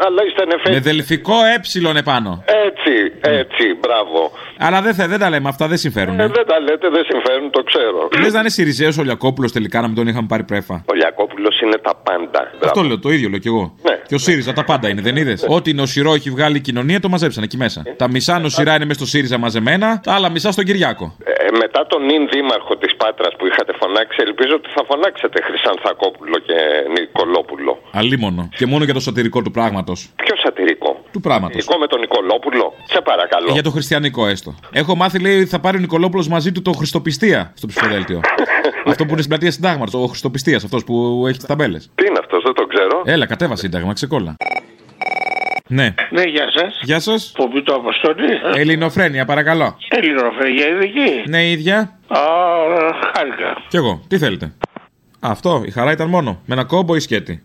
[SPEAKER 32] αλλά είστε νεφέ.
[SPEAKER 31] Με δελφικό ε επάνω.
[SPEAKER 32] Έτσι, έτσι, μπράβο.
[SPEAKER 31] Αλλά δεν, θε- δεν τα λέμε αυτά, δεν συμφέρουν.
[SPEAKER 32] Ε, δεν τα λέτε, δεν συμφέρουν, το ξέρω.
[SPEAKER 31] Λες Ναι. να είναι Σιριζέος ο Λιακόπουλος τελικά να μην τον είχαμε πάρει πρέφα.
[SPEAKER 32] Ο Λιακόπουλος είναι τα πάντα.
[SPEAKER 31] Αυτό λέω, το ίδιο λέω κι εγώ. Και ο ΣΥΡΙΖΑ τα πάντα είναι, δεν είδες. Ό,τι νοσηρό έχει βγάλει η κοινωνία το μαζέψαν εκεί μέσα. Τα μισά νοσηρά είναι μέσα στο ΣΥΡΙΖΑ μαζεμένα, τα άλλα μισά στον Κυριάκο.
[SPEAKER 32] Ε, μετά τον νυν δήμαρχο της Πάτρας που είχατε φωνάξει, ελπίζω ότι θα φωνάξετε Χρυσανθακόπουλο και Νικολόπουλο.
[SPEAKER 31] Αλίμονο. Και μόνο για το σωτηρικό του πράγματος.
[SPEAKER 32] Ποιο σατυρικό.
[SPEAKER 31] Του πράγματος.
[SPEAKER 32] Σατυρικό με τον Νικολόπουλο. Σε παρακαλώ.
[SPEAKER 31] Για το χριστιανικό έστω. Έχω μάθει, λέει, ότι θα πάρει ο Νικολόπουλος μαζί του το Χριστοπιστία στο ψηφοδέλτιο. αυτό που είναι στην πλατεία Συντάγματος. Ο Χριστοπιστίας, αυτός που έχει τις ταμπέλες.
[SPEAKER 32] Τι είναι αυτός, δεν το ξέρω.
[SPEAKER 31] Έλα, κατέβα Σύνταγμα, ξεκόλα. Ναι.
[SPEAKER 33] Ναι, γεια σας.
[SPEAKER 31] Γεια σας.
[SPEAKER 33] Πομπή το Αποστολή.
[SPEAKER 31] Ελληνοφρένεια, παρακαλώ.
[SPEAKER 33] Ελληνοφρεγία ειδική.
[SPEAKER 31] Ναι, η ίδια.
[SPEAKER 33] Α, χάρηκα.
[SPEAKER 31] Κι εγώ. Τι θέλετε. Α, Αυτό, η χαρά ήταν μόνο. Με ένα κόμπο ή σκέτη.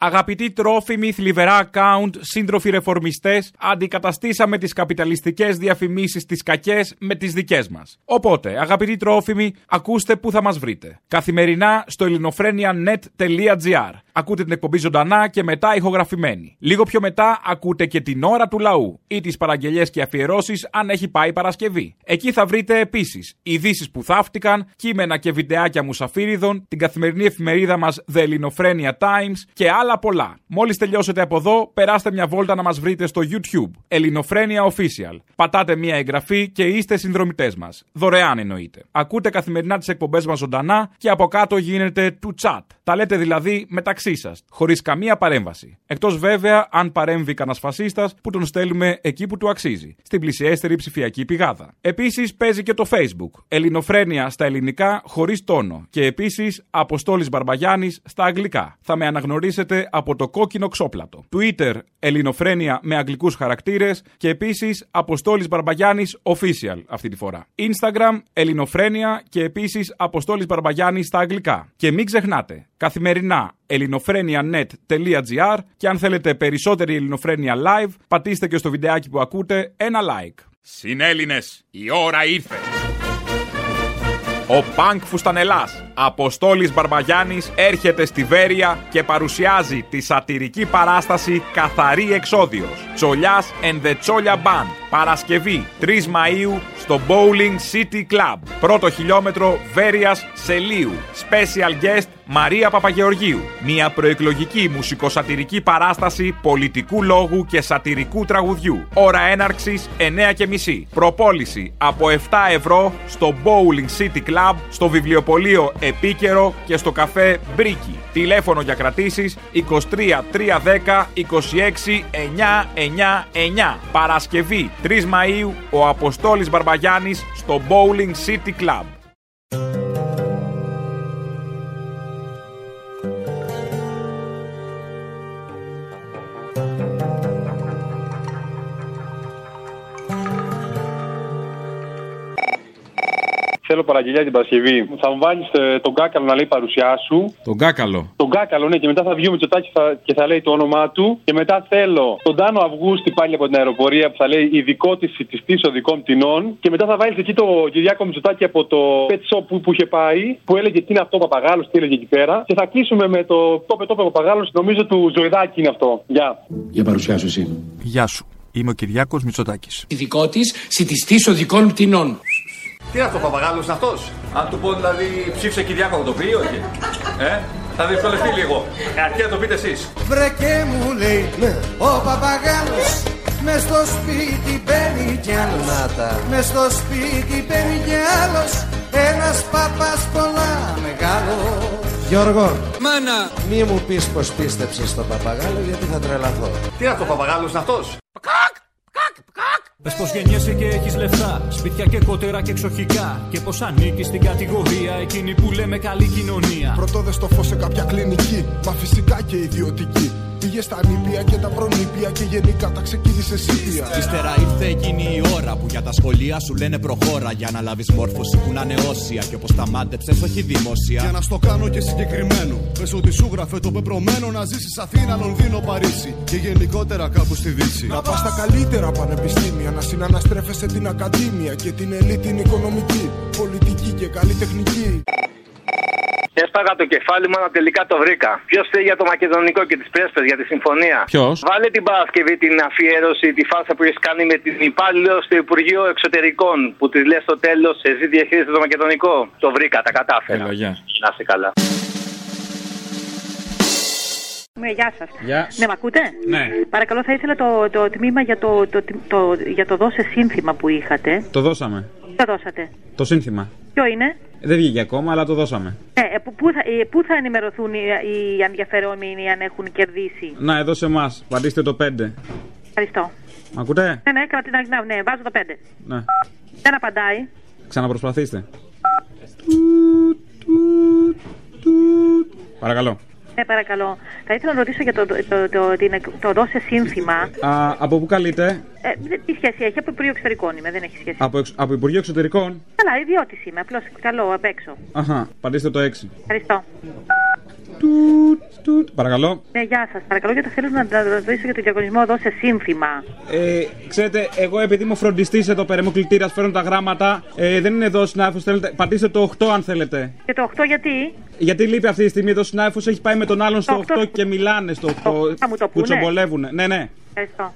[SPEAKER 2] Αγαπητοί τρόφιμοι, θλιβερά account, σύντροφοι ρεφορμιστές, αντικαταστήσαμε τις καπιταλιστικές διαφημίσεις τις κακές με τις δικές μας. Οπότε, αγαπητοί τρόφιμοι, ακούστε πού θα μας βρείτε. Καθημερινά στο ελληνοφρένια.net.gr. Ακούτε την εκπομπή ζωντανά και μετά ηχογραφημένη. Λίγο πιο μετά ακούτε και την ώρα του λαού ή τις παραγγελίες και αφιερώσεις αν έχει πάει Παρασκευή. Εκεί θα βρείτε επίσης ειδήσεις που θαύτηκαν, κείμενα και βιντεάκια μουσαφίριδων, την καθημερινή εφημερίδα μας The Ελληνοφρένια Times και άλλα πολλά. Μόλις τελειώσετε από εδώ, περάστε μια βόλτα να μας βρείτε στο YouTube. Ελληνοφρένια Official. Πατάτε μια εγγραφή και είστε συνδρομητές μας. Δωρεάν εννοείται. Ακούτε καθημερινά τις εκπομπές μας ζωντανά και από κάτω γίνεται του chat. Τα λέτε δηλαδή μεταξύ σας, χωρίς καμία παρέμβαση. Εκτός βέβαια αν παρέμβει κανένας φασίστας που τον στέλνουμε εκεί που του αξίζει, στην πλησιέστερη ψηφιακή πηγάδα. Επίσης παίζει και το Facebook. Ελληνοφρένια στα ελληνικά χωρίς τόνο. Και επίσης Αποστόλης Μπαρμπαγιάννης στα αγγλικά. Θα με αναγνωρίσετε από το κόκκινο ξόπλατο. Twitter Ελληνοφρένια με αγγλικούς χαρακτήρες. Και επίσης Αποστόλης Μπαρμπαγιάννης Official αυτή τη φορά. Instagram Ελληνοφρένια και επίσης Αποστόλης Μπαρμπαγιάννης στα αγγλικά. Και μην ξεχνάτε, καθημερινά ελληνοφρένια.net.gr και αν θέλετε περισσότερη ελληνοφρένια live, πατήστε και στο βιντεάκι που ακούτε ένα like. Συνέλληνες, η ώρα ήρθε. Ο Πανκ Φουστανελάς, Αποστόλης Μπαρμπαγιάννης, έρχεται στη Βέρεια και παρουσιάζει τη σατυρική παράσταση «Καθαρή Εξόδιος». Τσολιάς and the Τσόλια Band. Παρασκευή 3 Μαΐου στο Bowling City Club. Πρώτο χιλιόμετρο Βέρειας Σελίου. Special guest Μαρία Παπαγεωργίου. Μια προεκλογική μουσικοσατυρική παράσταση πολιτικού λόγου και σατυρικού τραγουδιού. Ώρα έναρξης 9.30. Προπόληση από 7 ευρώ στο Bowling City Club, στο βιβλιοπωλείο Επίκαιρο και στο καφέ Μπρίκι. Τηλέφωνο για κρατήσεις 23 310 26 999. Παρασκευή 3 Μαΐου ο Αποστόλης Μπαρμπαγιάννης στο Bowling City Club.
[SPEAKER 11] Θέλω παραγγελιά την Παρασκευή. Θα μου βάλεις τον κάκαλο να λέει παρουσιά σου.
[SPEAKER 31] Τον Κάκαλο.
[SPEAKER 11] Τον κάκαλο, ναι, και μετά θα βγει ο Μητσοτάκης θα, και θα λέει το όνομά του. Και μετά θέλω τον Τάνο Αυγούστη πάλι από την αεροπορία που θα λέει ειδικό τη ηθιστή οδικών πτηνών. Και μετά θα βάλεις εκεί το Κυριάκο Μητσοτάκη από το pet shop που, που είχε πάει, που έλεγε τι είναι αυτό ο παπαγάλος, τι έλεγε εκεί πέρα. Και θα κλείσουμε με το τόπε τόπε παπαγάλος, νομίζω του Ζωηδάκη είναι αυτό. Γεια.
[SPEAKER 34] Για παρουσιάσου εσύ.
[SPEAKER 35] Γεια σου. Είμαι ο Κυριάκος Μητσοτάκης.
[SPEAKER 34] Ειδικό τη σιτιστής οδικών πτηνών.
[SPEAKER 7] Τι είναι αυτό ο παπαγάλος, είναι αυτός. Αν του πω δηλαδή ψήφισε Κυριάκο θα το πει, ή όχι. Ε,
[SPEAKER 36] Θα δυσκολευτεί λίγο. Αρκεί να το πείτε εσείς.
[SPEAKER 14] Βρε και μου λέει «Ναι, ο παπαγάλος Μες στο σπίτι μπαίνει κι άλλος Μες στο σπίτι μπαίνει κι άλλος Ένας παπάς πολλά μεγάλος Γιώργο Μάνα Μη μου πεις πως πίστεψες στον παπαγάλο γιατί θα τρελαθώ
[SPEAKER 36] Τι είναι αυτό ο παπαγάλος, είναι αυτός.
[SPEAKER 37] Πες πως γεννιέσαι και έχεις λεφτά, σπίτια και κότερα και εξοχικά. Και πως ανήκεις στην κατηγορία εκείνη που λέμε καλή κοινωνία.
[SPEAKER 23] Πρωτόδε στο φως σε κάποια κλινική, μα φυσικά και ιδιωτική. Πήγες στα νήπια και τα προνήπια και γενικά τα ξεκίνησε ήπια.
[SPEAKER 38] Ύστερα ήρθε εκείνη η ώρα που για τα σχολεία σου λένε προχώρα. Για να λάβεις μόρφωση που να είναι όσια. Και όπως τα μάντεψε, όχι δημόσια.
[SPEAKER 23] Για να στο κάνω και συγκεκριμένο. Πες ότι σου γράφε το πεπρωμένο να ζήσεις Αθήνα, Λονδίνο, Παρίσι. Και γενικότερα κάπου στη Δύση. Να πας στα καλύτερα πανεπιστήμια. Να συναναστρέφεσαι την ακαδημία και την ελίτ την οικονομική. Πολιτική και καλλιτεχνική.
[SPEAKER 7] Έσπαγα το κεφάλι μου, αλλά τελικά το βρήκα. Ποιος θέλει για το μακεδονικό και τις πρέσπες για τη συμφωνία.
[SPEAKER 22] Ποιος?
[SPEAKER 7] Βάλε την Παρασκευή την αφιέρωση, τη φάση που έχεις κάνει με την υπάλληλο στο Υπουργείο Εξωτερικών. Που της λες στο τέλος, εσύ διαχείρισε το μακεδονικό. Το βρήκα, τα κατάφερα.
[SPEAKER 22] Έλα, γεια.
[SPEAKER 7] Να είσαι καλά.
[SPEAKER 39] Ναι, γεια σας.
[SPEAKER 22] Γεια.
[SPEAKER 39] Ναι, με ακούτε?
[SPEAKER 22] Ναι.
[SPEAKER 39] Παρακαλώ, θα ήθελα το, το τμήμα για το, το, το, για το δώσε σύνθημα που είχατε.
[SPEAKER 2] Το δώσαμε.
[SPEAKER 39] Το δώσατε.
[SPEAKER 2] Το σύνθημα.
[SPEAKER 39] Ποιο είναι?
[SPEAKER 2] Δεν βγήκε ακόμα, αλλά το δώσαμε.
[SPEAKER 39] Ναι, ε, πού- πού θα, ε, πού θα ενημερωθούν οι, οι ενδιαφερόμενοι αν έχουν κερδίσει.
[SPEAKER 2] Να, εδώ σε εμάς. Πατήστε το 5.
[SPEAKER 39] Ευχαριστώ.
[SPEAKER 2] Μ' ακούτε?
[SPEAKER 39] Ναι, ναι, έκανα την αρχή. Ναι, βάζω το 5.
[SPEAKER 2] Ναι.
[SPEAKER 39] Δεν απαντάει.
[SPEAKER 2] Ξαναπροσπαθήστε. Παρακαλώ.
[SPEAKER 39] Ναι, παρακαλώ. Θα ήθελα να ρωτήσω για το, το, το, το, την- το δώσε σύνθημα.
[SPEAKER 2] Α, από πού καλείτε?
[SPEAKER 39] Ε, δε- τι σχέση έχει, από Υπουργείο Εξωτερικών είμαι, δεν έχει σχέση.
[SPEAKER 2] Από, εξ- από Υπουργείο Εξωτερικών.
[SPEAKER 39] Καλά, ιδιώτης είμαι, απλώς καλό απ' έξω.
[SPEAKER 2] Αχα, πατήστε το 6.
[SPEAKER 39] Ευχαριστώ.
[SPEAKER 2] Παρακαλώ.
[SPEAKER 39] Ναι, γεια σας. Παρακαλώ για το θέλω να να ρωτήσω για τον διαγωνισμό δώσε σύνθημα.
[SPEAKER 2] Ε, ξέρετε, εγώ επειδή είμαι φροντιστής εδώ πέρα, είμαι κλητήρας, φέρνω τα γράμματα. Ε, δεν είναι εδώ ο συνάδελφος. Θέλετε, πατήστε το 8 αν θέλετε.
[SPEAKER 39] Και το 8 γιατί.
[SPEAKER 2] Γιατί λείπει αυτή τη στιγμή εδώ ο συνάδελφος, έχει πάει με τον άλλον στο 8 και μιλάνε στο 8.
[SPEAKER 39] θα μου το πούνε.
[SPEAKER 2] Κουτσομπολεύουνε. Ναι, ναι.
[SPEAKER 39] Ευχαριστώ.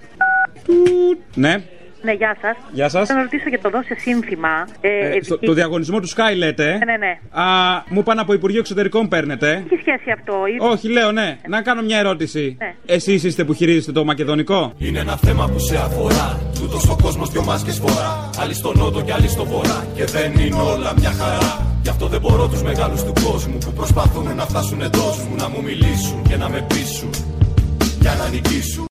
[SPEAKER 2] Ναι.
[SPEAKER 39] Ναι, γεια σας.
[SPEAKER 2] Γεια σας.
[SPEAKER 39] Θέλω να ρωτήσω για το δώσε σύνθημα.
[SPEAKER 2] Ε, στο- το διαγωνισμό του Sky λέτε. ε.
[SPEAKER 39] Ναι, ναι, ναι.
[SPEAKER 2] Α, μου πάνε από Υπουργείο Εξωτερικών παίρνετε.
[SPEAKER 39] Τι σχέση αυτό, ή...
[SPEAKER 2] Όχι, λέω ναι. Να κάνω μια ερώτηση.
[SPEAKER 39] Ναι.
[SPEAKER 2] Εσείς είστε που χειρίζεστε το μακεδονικό.
[SPEAKER 34] Είναι ένα θέμα που σε αφορά. Τούτος ο κόσμος δυο μάσκες φορά. Άλλοι στο νότο και άλλοι στο βορρά. Και δεν είναι όλα μια χαρά. Γι' αυτό δεν μπορώ τους μεγάλους του κόσμου που προσπαθούν να φτάσουν εντός μου. Να μου μιλήσουν και να με πείσουν. Για να νικήσουν.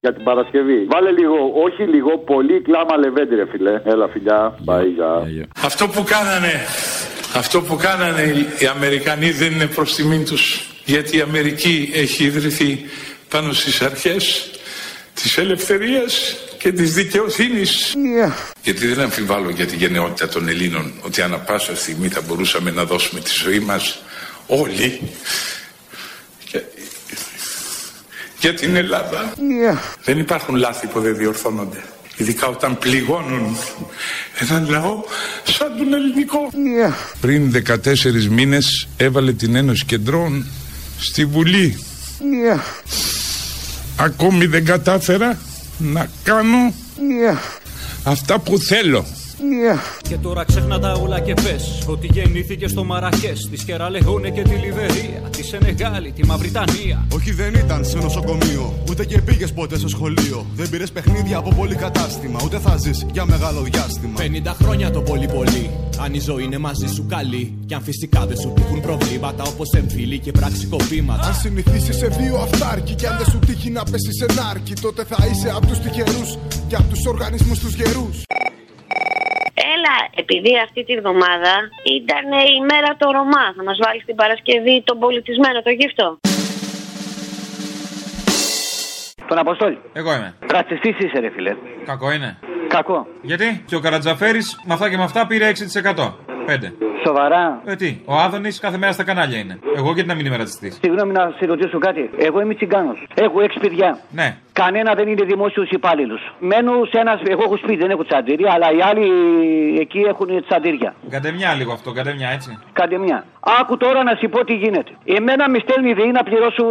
[SPEAKER 34] για την Παρασκευή. Βάλε λίγο, όχι λίγο, πολύ κλάμα λεβέντι, ρε φιλέ. Έλα, φιλιά. Μπάει, γεια.
[SPEAKER 11] Αυτό που κάνανε, αυτό που κάνανε οι- οι Αμερικανοί δεν είναι προς τιμήν τους. Γιατί η Αμερική έχει ιδρυθεί πάνω στις αρχές της ελευθερίας και της δικαιοσύνης. Γιατί δεν αμφιβάλλω για τη γενναιότητα των Ελλήνων ότι ανά πάσα στιγμή θα μπορούσαμε να δώσουμε τη ζωή μας όλοι και- για την Ελλάδα. Δεν υπάρχουν λάθη που δεν διορθώνονται. Ειδικά όταν πληγώνουν έναν λαό σαν τον ελληνικό. Πριν 14 μήνες έβαλε την Ένωση Κεντρών στη Βουλή. Ακόμη δεν κατάφερα να κάνω αυτά που θέλω.
[SPEAKER 37] Και τώρα ξέχνα τα όλα και πες ότι γεννήθηκε στο Μαρακές, τη Κεραλεγόνε και τη Λιβερία, τη Σενεγάλη, τη Μαυριτανία.
[SPEAKER 34] Όχι, δεν ήταν σε νοσοκομείο, ούτε και πήγες ποτέ στο σχολείο. Δεν πήρες παιχνίδια από πολύ κατάστημα, ούτε θα ζεις για μεγάλο διάστημα.
[SPEAKER 40] 50 χρόνια το πολύ πολύ. Αν η ζωή είναι μαζί σου καλή, κι αν φυσικά δεν σου τύχουν προβλήματα όπως εμφύλοι και πραξικοπήματα.
[SPEAKER 23] Αν συνηθίσεις σε δύο αυτάρκη και αν δεν σου τύχει να πέσεις σε νάρκη, τότε θα είσαι από τους τυχερούς και από τους οργανισμούς τους γερούς.
[SPEAKER 13] Έλα, επειδή αυτή τη βδομάδα ήταν η μέρα το Ρωμά. Θα μας βάλει την Παρασκευή τον πολιτισμένο, το γύφτο.
[SPEAKER 11] Τον Αποστόλη.
[SPEAKER 22] Εγώ είμαι.
[SPEAKER 11] Ρατσιστή είσαι, ρε φιλέ.
[SPEAKER 22] Κακό είναι.
[SPEAKER 11] Κακό.
[SPEAKER 22] Γιατί και ο Καρατζαφέρης με αυτά και με αυτά πήρε 6%. 5.
[SPEAKER 11] Σοβαρά.
[SPEAKER 22] Ε, τι, ο Άδωνης κάθε μέρα στα κανάλια είναι. Εγώ γιατί να μην είμαι ρατσιστής.
[SPEAKER 11] Συγγνώμη να σε ρωτήσω κάτι. Εγώ είμαι τσιγκάνος. Έχω έξι παιδιά.
[SPEAKER 22] Ναι, Κανένα δεν είναι δημόσιος υπάλληλος. Μένω σε ένας. Εγώ έχω σπίτι, δεν έχω τσαντήρια, αλλά οι άλλοι εκεί έχουν τσαντήρια.
[SPEAKER 28] Κατεμιά λίγο αυτό, κατεμιά έτσι.
[SPEAKER 22] Κάντε μια. Άκου τώρα να σου πω τι γίνεται. Εμένα με στέλνει η ΔΕΗ να πληρώσω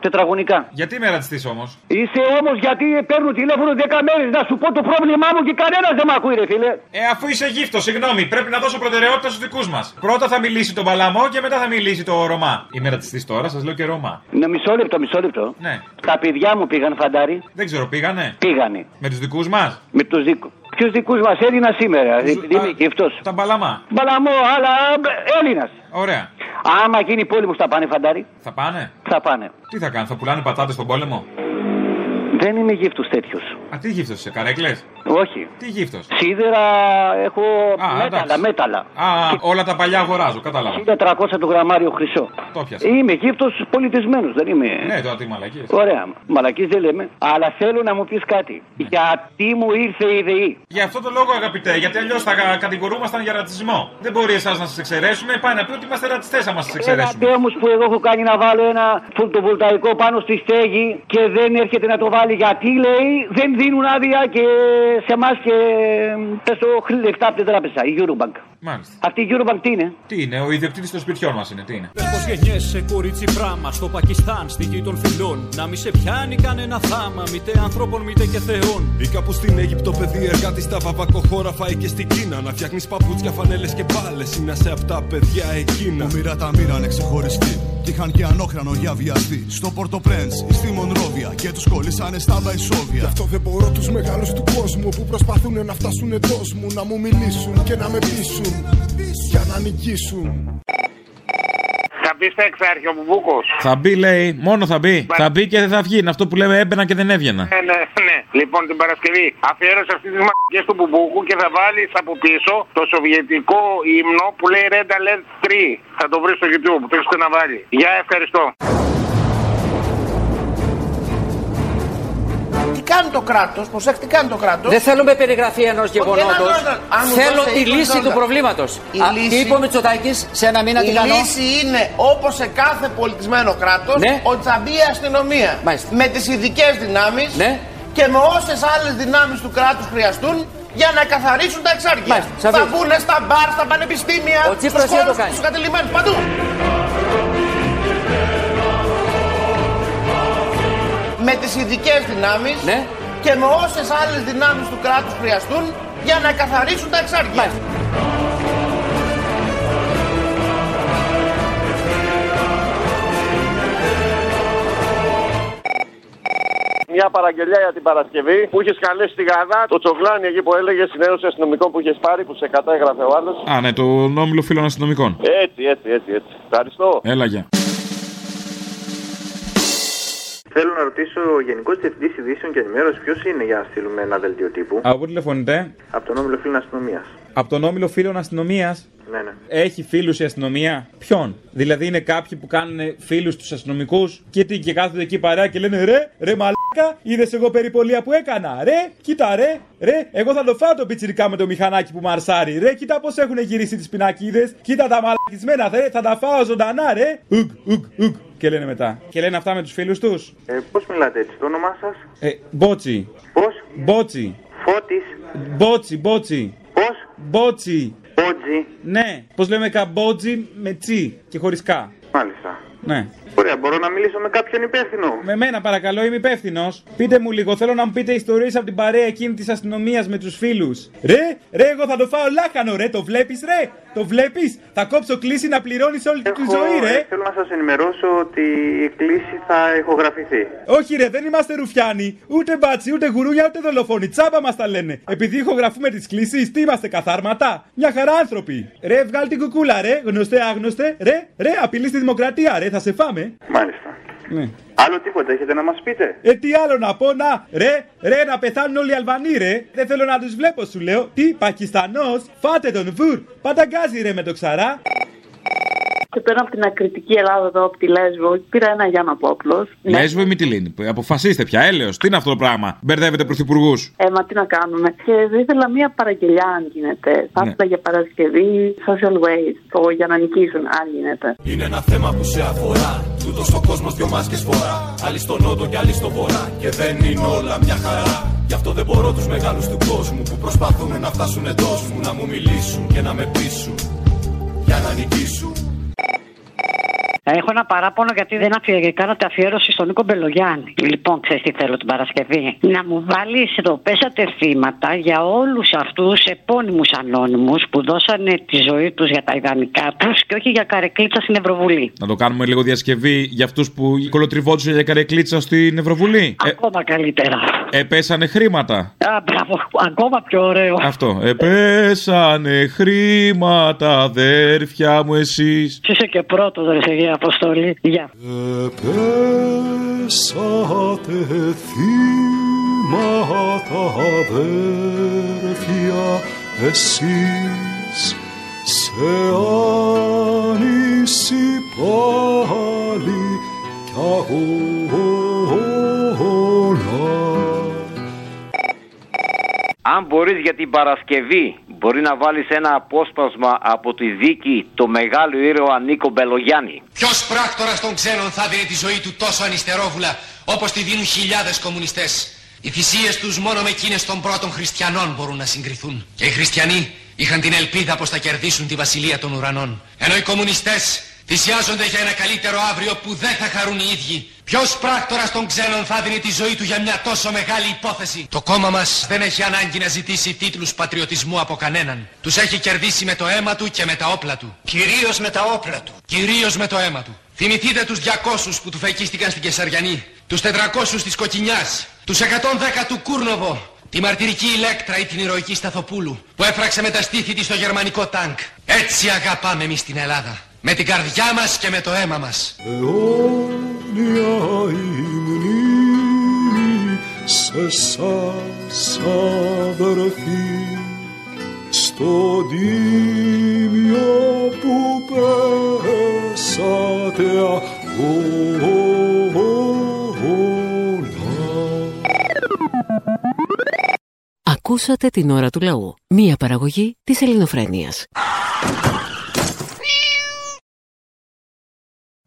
[SPEAKER 22] τετραγωνικά.
[SPEAKER 28] Γιατί με ρατσιστή όμως.
[SPEAKER 22] Είσαι όμως γιατί παίρνω τηλέφωνο 10 μέρες να σου πω το πρόβλημά μου και κανένας δεν με ακούει, ρε φίλε.
[SPEAKER 28] Ε, αφού είσαι γύφτο, συγγνώμη, πρέπει να δώσω προτεραιότητα στους δικούς μας. Πρώτα θα μιλήσει τον Παλαμό και μετά θα μιλήσει το Ρωμά. Είμαι ρατσιστή τώρα, σας λέω και Ρωμά.
[SPEAKER 22] Ναι, μισό λεπτό, μισό λεπτό.
[SPEAKER 28] Ναι.
[SPEAKER 22] Τα παιδιά μου πήγαν φαντάρι.
[SPEAKER 28] Δεν ξέρω, πήγανε.
[SPEAKER 22] Πήγανε.
[SPEAKER 28] Με τους δικούς μας.
[SPEAKER 22] Με τους δικού. Ποιους δικούς μας Έλληνας σήμερα, επειδή είμαι γυφτό.
[SPEAKER 28] Τα μπαλαμά.
[SPEAKER 22] Μπαλαμό, αλλά Έλληνας.
[SPEAKER 28] Ωραία.
[SPEAKER 22] Άμα γίνει πόλεμος θα πάνε φαντάρι.
[SPEAKER 28] Θα πάνε.
[SPEAKER 22] Θα πάνε.
[SPEAKER 28] Τι θα κάνουν, θα πουλάνε πατάτες στον πόλεμο.
[SPEAKER 22] Δεν είμαι γύφτος τέτοιος.
[SPEAKER 28] Α, τι γύφτος είσαι, καρέκλες.
[SPEAKER 22] Όχι.
[SPEAKER 28] Τι γύφτος.
[SPEAKER 22] Σίδερα έχω μέταλλα,
[SPEAKER 28] εντάξει.
[SPEAKER 22] μέταλλα.
[SPEAKER 28] Α, α, όλα τα παλιά αγοράζω, κατάλαβα.
[SPEAKER 22] 1400 το γραμμάριο χρυσό.
[SPEAKER 28] Το πιάσα.
[SPEAKER 22] Είμαι γύφτος πολιτισμένος, δεν είμαι.
[SPEAKER 28] Ναι, τώρα τι μαλακίε.
[SPEAKER 22] Ωραία, μαλακής δεν λέμε. Αλλά θέλω να μου πεις κάτι.
[SPEAKER 28] Ναι.
[SPEAKER 22] Γιατί μου ήρθε η ΔΕΗ.
[SPEAKER 28] Γι' αυτό το λόγο, αγαπητέ, γιατί αλλιώς θα κα- κατηγορούμασταν για ρατσισμό. Δεν μπορεί εσάς να σας εξαιρέσουμε. Πάει να πει ότι είμαστε ρατσιστές άμα
[SPEAKER 22] Ε,
[SPEAKER 28] σα εξαιρέσουμε.
[SPEAKER 22] Ένα τέμος που εγώ έχω κάνει να βάλω ένα φωτοβολταϊκό πάνω στη στέγη και δεν έρχεται να το βάλει γιατί λέει δεν δίνουν άδεια και σε εμάς και πέσω λεφτά από την τράπεζα, η Eurobank.
[SPEAKER 28] Μάλιστα.
[SPEAKER 22] Αυτή η Eurobank τι είναι.
[SPEAKER 28] Τι είναι, ο ιδιοκτήτης των σπιτιών μας είναι, τι είναι.
[SPEAKER 34] Πες πως γεννιέσαι κορίτσι πράμα στο Πακιστάν, στη γη των φιλών. Να μη σε πιάνει κανένα θάμα, μήτε ανθρώπων, μήτε και θεών.
[SPEAKER 37] Ή κάπου στην Αίγυπτο, παιδί εργάτη στα βαβακοχώρα, φάει και στην Κίνα. Να φτιάχνεις παπούτσια, φανέλες και μπάλες. Είναι σε αυτά παιδιά εκείνα.
[SPEAKER 23] Που μοίρα τα μοίρανε ξεχωριστή. Κι είχαν και ανόχρανο για βιαστή. Στο Πόρτο Πρέντ ή στη Μονρόβια. Και τους κολλήσανε στα Βαϊσόβια. Γι' αυτό δεν μπορώ τους μεγάλους του κόσμου που προσπαθούν να φτάσουν εντό μου. Να μου μιλήσουν και να με πείσουν. Για να νικήσουν.
[SPEAKER 11] Θα μπει στα εξάρχεια μου μπούκος.
[SPEAKER 28] Θα μπει, λέει, μόνο θα μπει. Θα μπει και δεν θα βγει. Είναι αυτό που λέμε έμπαινα και δεν έβγαινα.
[SPEAKER 22] Ε.
[SPEAKER 11] Ναι, ναι, ναι. Λοιπόν, την Παρασκευή αφιέρωσε αυτή τη μαγικέ του Μπουμπούκου και θα βάλεις από πίσω το σοβιετικό ύμνο που λέει Red Alert 3. Θα το βρεις στο YouTube, το έχετε να βάλει. Γεια, ευχαριστώ.
[SPEAKER 41] Τι κάνει το κράτος, προσέξτε, τι κάνει το κράτος.
[SPEAKER 42] Δεν θέλουμε περιγραφή ενός γεγονότο. Θέλω τη λύση του προβλήματος.
[SPEAKER 41] Η λύση-
[SPEAKER 42] Είπε ο Μητσοτάκης, σε ένα μήνα
[SPEAKER 41] Η
[SPEAKER 42] την κάνω.
[SPEAKER 41] λύση είναι όπως σε κάθε πολιτισμένο κράτος
[SPEAKER 42] Ναι.
[SPEAKER 41] ότι θα μπει η αστυνομία με τις ειδικές δυνάμεις
[SPEAKER 42] Ναι.
[SPEAKER 41] και με όσες άλλες δυνάμεις του κράτους χρειαστούν για να καθαρίσουν τα εξάρτητα.
[SPEAKER 42] Μάλιστα,
[SPEAKER 41] Θα
[SPEAKER 42] σαφής.
[SPEAKER 41] μπουν στα μπαρ, στα πανεπιστήμια,
[SPEAKER 42] Ο Τσίπρας
[SPEAKER 41] στους
[SPEAKER 42] δεν το
[SPEAKER 41] χώρους,
[SPEAKER 42] κάνει.
[SPEAKER 41] στους κατελημμένους, παντού. Με τις ειδικές δυνάμεις
[SPEAKER 42] Ναι.
[SPEAKER 41] και με όσες άλλες δυνάμεις του κράτους χρειαστούν για να καθαρίσουν τα εξάρτητα.
[SPEAKER 43] Μια παραγγελιά για την Παρασκευή που είχε καλέσει στη Γαδά το τσογλάνι εκεί που έλεγε συνένωση αστυνομικό που είχε πάρει που σε κατάγραφε ο άλλος.
[SPEAKER 28] Α, ναι, το νόμιλο φίλων αστυνομικών.
[SPEAKER 43] Έτσι, έτσι, έτσι, έτσι. Ευχαριστώ.
[SPEAKER 28] Έλα, γεια.
[SPEAKER 7] Θέλω να ρωτήσω ο Γενικός Διευθυντής Ειδήσεων και Ενημέρωσης ποιος είναι για να στείλουμε ένα δελτίο τύπου.
[SPEAKER 2] Από πού τηλεφωνείτε,
[SPEAKER 7] Από τον όμιλο φίλων αστυνομία.
[SPEAKER 2] από τον όμιλο φίλων αστυνομίας.
[SPEAKER 7] Ναι, ναι.
[SPEAKER 2] Έχει φίλους η αστυνομία. Ποιον. Δηλαδή είναι κάποιοι που κάνουν φίλους τους αστυνομικούς και τι και κάθονται εκεί παρέα και λένε ρε, ρε μαλάκα, είδες εγώ περιπολία που έκανα. Ρε, κοίτα ρε, ρε, εγώ θα το φάω το πιτσιρικά με το μηχανάκι που μαρσάρει. Ρε, κοίτα πώς έχουν γυρίσει τις πινακίδες. Κοίτα τα μαλακισμένα, θα, θα τα φάω ζωντανά, ρε. Ουγ, ουγ, ουγ. Και λένε μετά. Και λένε αυτά με τους φίλους τους.
[SPEAKER 7] Ε, Πώς μιλάτε έτσι, το όνομά σας,
[SPEAKER 2] Ε, μπότσι.
[SPEAKER 7] Πώς?
[SPEAKER 2] Μπότσι.
[SPEAKER 7] Φώτης.
[SPEAKER 2] Μπότσι, μπότσι.
[SPEAKER 7] Πώ?
[SPEAKER 2] Μπότσι.
[SPEAKER 7] Μπότσι.
[SPEAKER 2] Ναι. Πώς λέμε καμπότζι με τσι και χωρίς κα.
[SPEAKER 7] Μάλιστα.
[SPEAKER 2] Ναι.
[SPEAKER 7] Ωραία, μπορώ να μιλήσω με κάποιον υπεύθυνο.
[SPEAKER 2] Με μένα παρακαλώ, είμαι υπεύθυνος. Πείτε μου λίγο, θέλω να μου πείτε ιστορίες από την παρέα εκείνη της αστυνομίας με τους φίλους. Ρε, ρε, εγώ θα το φάω λάχανο, ρε, το βλέπεις, ρε, το βλέπεις. Θα κόψω κλίση να πληρώνεις όλη τη ζωή,
[SPEAKER 7] Έχω- ε,
[SPEAKER 2] ρε.
[SPEAKER 7] Θέλω να σας ενημερώσω ότι η κλίση θα ηχογραφηθεί.
[SPEAKER 2] Όχι, ρε, δεν είμαστε ρουφιάνοι. Ούτε μπάτσι, ούτε γουρούνια, ούτε δολοφόνοι. Τσάμπα μας τα λένε. Επειδή ηχογραφούμε τις κλήσει, τι είμαστε καθάρματα. Μια χαρά άνθρωποι. Ρε, βγάλ την κουκούλα, ρε, γνωστέ, άγνωστε. Ρε, ρε, απειλή στη δημοκρατία, ρε, θα σε φάμε.
[SPEAKER 7] Μάλιστα.
[SPEAKER 2] Ναι.
[SPEAKER 7] Άλλο τίποτα έχετε να μας πείτε.
[SPEAKER 2] Ε, τι άλλο να πω, να, ρε, ρε, να πεθάνουν όλοι οι Αλβανοί, ρε. Δεν θέλω να τους βλέπω, σου λέω. Τι, Πακιστανός, φάτε τον βουρ. Παταγκάζει, ρε, με το ξαρά.
[SPEAKER 43] Και παίρνω από την ακριτική Ελλάδα εδώ, από τη Λέσβο, και πήρα ένα Γιάννα Ναι. Πόπλο.
[SPEAKER 2] Ναι.
[SPEAKER 28] Λέσβο ή Μιτιλίνη. Αποφασίστε πια, έλεος. Τι είναι αυτό το πράγμα. Μπερδεύετε πρωθυπουργούς.
[SPEAKER 43] Ε, μα τι να κάνουμε. Και θα ήθελα μία παραγγελιά, αν γίνεται. Θα
[SPEAKER 28] Ναι.
[SPEAKER 43] ήθελα για Παρασκευή, social ways, το για να νικήσουν, αν γίνεται.
[SPEAKER 44] Είναι ένα θέμα που σε αφορά.
[SPEAKER 34] Τούτος ο κόσμος δυο μάσκες φορά. Άλλοι στο νότο και άλλοι στο βορρά. Και δεν είναι όλα μια χαρά. Γι' αυτό δεν μπορώ τους μεγάλους του κόσμου που προσπαθούν να φτάσουν εντός μου. Να μου μιλήσουν και να με πείσουν. Για να νικήσουν.
[SPEAKER 12] Έχω ένα παράπονο γιατί δεν αφιε... κάνατε αφιέρωση στον Νίκο Μπελογιάννη. Λοιπόν, ξέρεις τι θέλω την Παρασκευή. Να μου βάλεις εδώ, πέσατε θύματα για όλους αυτούς επώνυμους ανώνυμους που δώσανε τη ζωή τους για τα ιδανικά τους και όχι για καρεκλίτσα στην Ευρωβουλή.
[SPEAKER 42] Να το κάνουμε λίγο διασκευή για αυτούς που κολοτριβόντουσαν για καρεκλίτσα στην Ευρωβουλή. Ε,
[SPEAKER 12] Ακόμα καλύτερα.
[SPEAKER 42] επέσανε χρήματα.
[SPEAKER 12] Α, μπράβο, ακόμα πιο ωραίο.
[SPEAKER 42] Αυτό. Επέσανε χρήματα, αδέρφια μου εσείς.
[SPEAKER 12] Είσαι και πρώτος, ρε Σεγέ Αποστολή. Γεια.
[SPEAKER 14] Επέσατε θύματα αδέρφια εσείς σε άνηση πάλι κι αγώνα
[SPEAKER 22] Αν μπορείς για την Παρασκευή, μπορεί να βάλεις ένα απόσπασμα από τη δίκη το μεγάλο ήρωα Νίκο Μπελογιάννη.
[SPEAKER 35] Ποιος πράκτορας των ξένων θα δίνει τη ζωή του τόσο ανιστερόβουλα όπως τη δίνουν χιλιάδες κομμουνιστές. Οι θυσίες τους μόνο με εκείνες των πρώτων χριστιανών μπορούν να συγκριθούν. Και οι χριστιανοί είχαν την ελπίδα πως θα κερδίσουν τη βασιλεία των ουρανών. Ενώ οι κομμουνιστές θυσιάζονται για ένα καλύτερο αύριο που δεν θα χαρούν οι ίδιοι. Ποιος πράκτορας των ξένων θα δίνει τη ζωή του για μια τόσο μεγάλη υπόθεση. Το κόμμα μας δεν έχει ανάγκη να ζητήσει τίτλους πατριωτισμού από κανέναν. Τους έχει κερδίσει με το αίμα του και με τα όπλα του. Κυρίως με τα όπλα του. Κυρίως με το αίμα του. Θυμηθείτε τους 200 που του φεκίστηκαν στην Κεσαριανή. Τους 400 της Κοκκινιάς. Τους 110 του Κούρνοβο. Τη μαρτυρική ηλέκτρα ή την ηρωική Σταθοπούλου που έφραξε με τα στήθη της στο γερμανικό τάγκ. Έτσι αγαπάμε εμείς την Ελλάδα. Με την καρδιά μας και με το αίμα μας.
[SPEAKER 14] αιώνια η μνήμη σε σας αδερφοί στο τίμιο που πέσατε αγώνα.
[SPEAKER 1] Ακούσατε την ώρα του λαού. Μία παραγωγή της ελληνοφρένειας.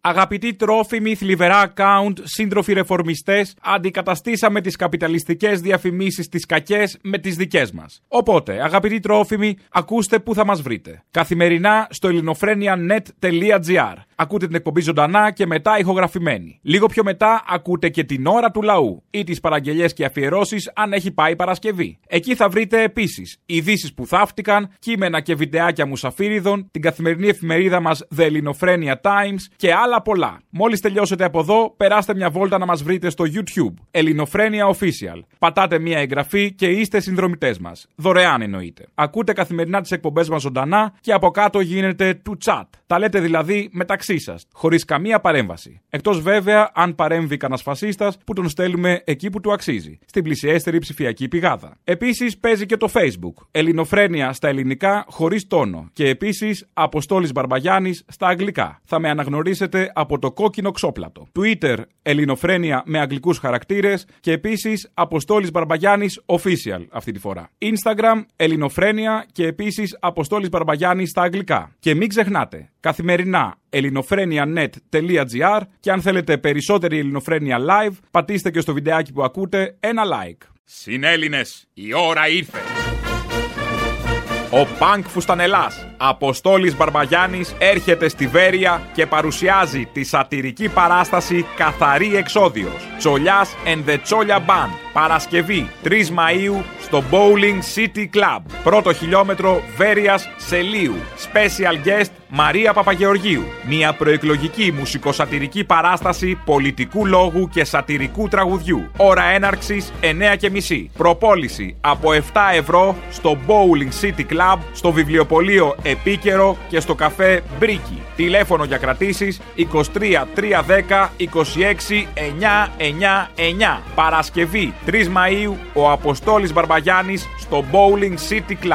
[SPEAKER 2] Αγαπητοί τρόφιμοι, θλιβερά account, σύντροφοι ρεφορμιστές, αντικαταστήσαμε τις καπιταλιστικές διαφημίσεις τις κακές με τις δικές μας. Οπότε, αγαπητοί τρόφιμοι, ακούστε πού θα μας βρείτε. Καθημερινά στο ελληνοφρένια.net.gr. Ακούτε την εκπομπή ζωντανά και μετά ηχογραφημένη. Λίγο πιο μετά ακούτε και την ώρα του λαού ή τις παραγγελίες και αφιερώσεις αν έχει πάει η Παρασκευή. Εκεί θα βρείτε επίσης ειδήσεις που θαύτηκαν, κείμενα και βιντεάκια μουσαφίριδων, την καθημερινή εφημερίδα μας The Ελληνοφrenia Times και άλλα πολλά. Μόλις τελειώσετε από εδώ, περάστε μια βόλτα να μας βρείτε στο YouTube. Ελληνοφρένια Official. Πατάτε μια εγγραφή και είστε συνδρομητές μας. Δωρεάν εννοείται. Ακούτε καθημερινά τις εκπομπές μας ζωντανά και από κάτω γίνεται του chat. Τα λέτε δηλαδή μεταξύ σας, χωρίς καμία παρέμβαση. Εκτός βέβαια αν παρέμβει κανένας φασίστας που τον στέλνουμε εκεί που του αξίζει, στην πλησιέστερη ψηφιακή πηγάδα. Επίσης παίζει και το Facebook. Ελληνοφρένια στα ελληνικά χωρίς τόνο. Και επίσης Αποστόλης Μπαρμπαγιάννης στα αγγλικά. Θα με αναγνωρίσετε από το κόκκινο ξόπλατο. Twitter Ελληνοφρένια με αγγλικούς χαρακτήρες και επίσης Αποστόλης Μπαρμπαγιάννης Official αυτή τη φορά. Instagram Ελληνοφρένια και επίσης Αποστόλης Μπαρμπαγιάννης στα αγγλικά. Και μην ξεχνάτε, καθημερινά ελληνοφρένια.net.gr και αν θέλετε περισσότερη ελληνοφρένια live, πατήστε και στο βιντεάκι που ακούτε ένα like. Συνέλληνες, η ώρα ήρθε. Ο Πανκ Φουστανελάς, Αποστόλης Μπαρμπαγιάννης, έρχεται στη Βέρεια και παρουσιάζει τη σατυρική παράσταση «Καθαρή Εξόδιος». Τσολιάς and the Τσόλια Band. Παρασκευή 3 Μαΐου στο Bowling City Club. Πρώτο χιλιόμετρο Βέρειας Σελίου. Special guest Μαρία Παπαγεωργίου. Μια προεκλογική μουσικοσατυρική παράσταση πολιτικού λόγου και σατυρικού τραγουδιού. Ώρα έναρξης 9.30. Προπόληση από 7 ευρώ στο Bowling City Club, στο βιβλιοπωλείο Επίκαιρο και στο καφέ Μπρίκι. Τηλέφωνο για κρατήσεις 23 310 26 999. Παρασκευή 3 Μαΐου ο Αποστόλης Μπαρμπαγιάννης στο Bowling City Club.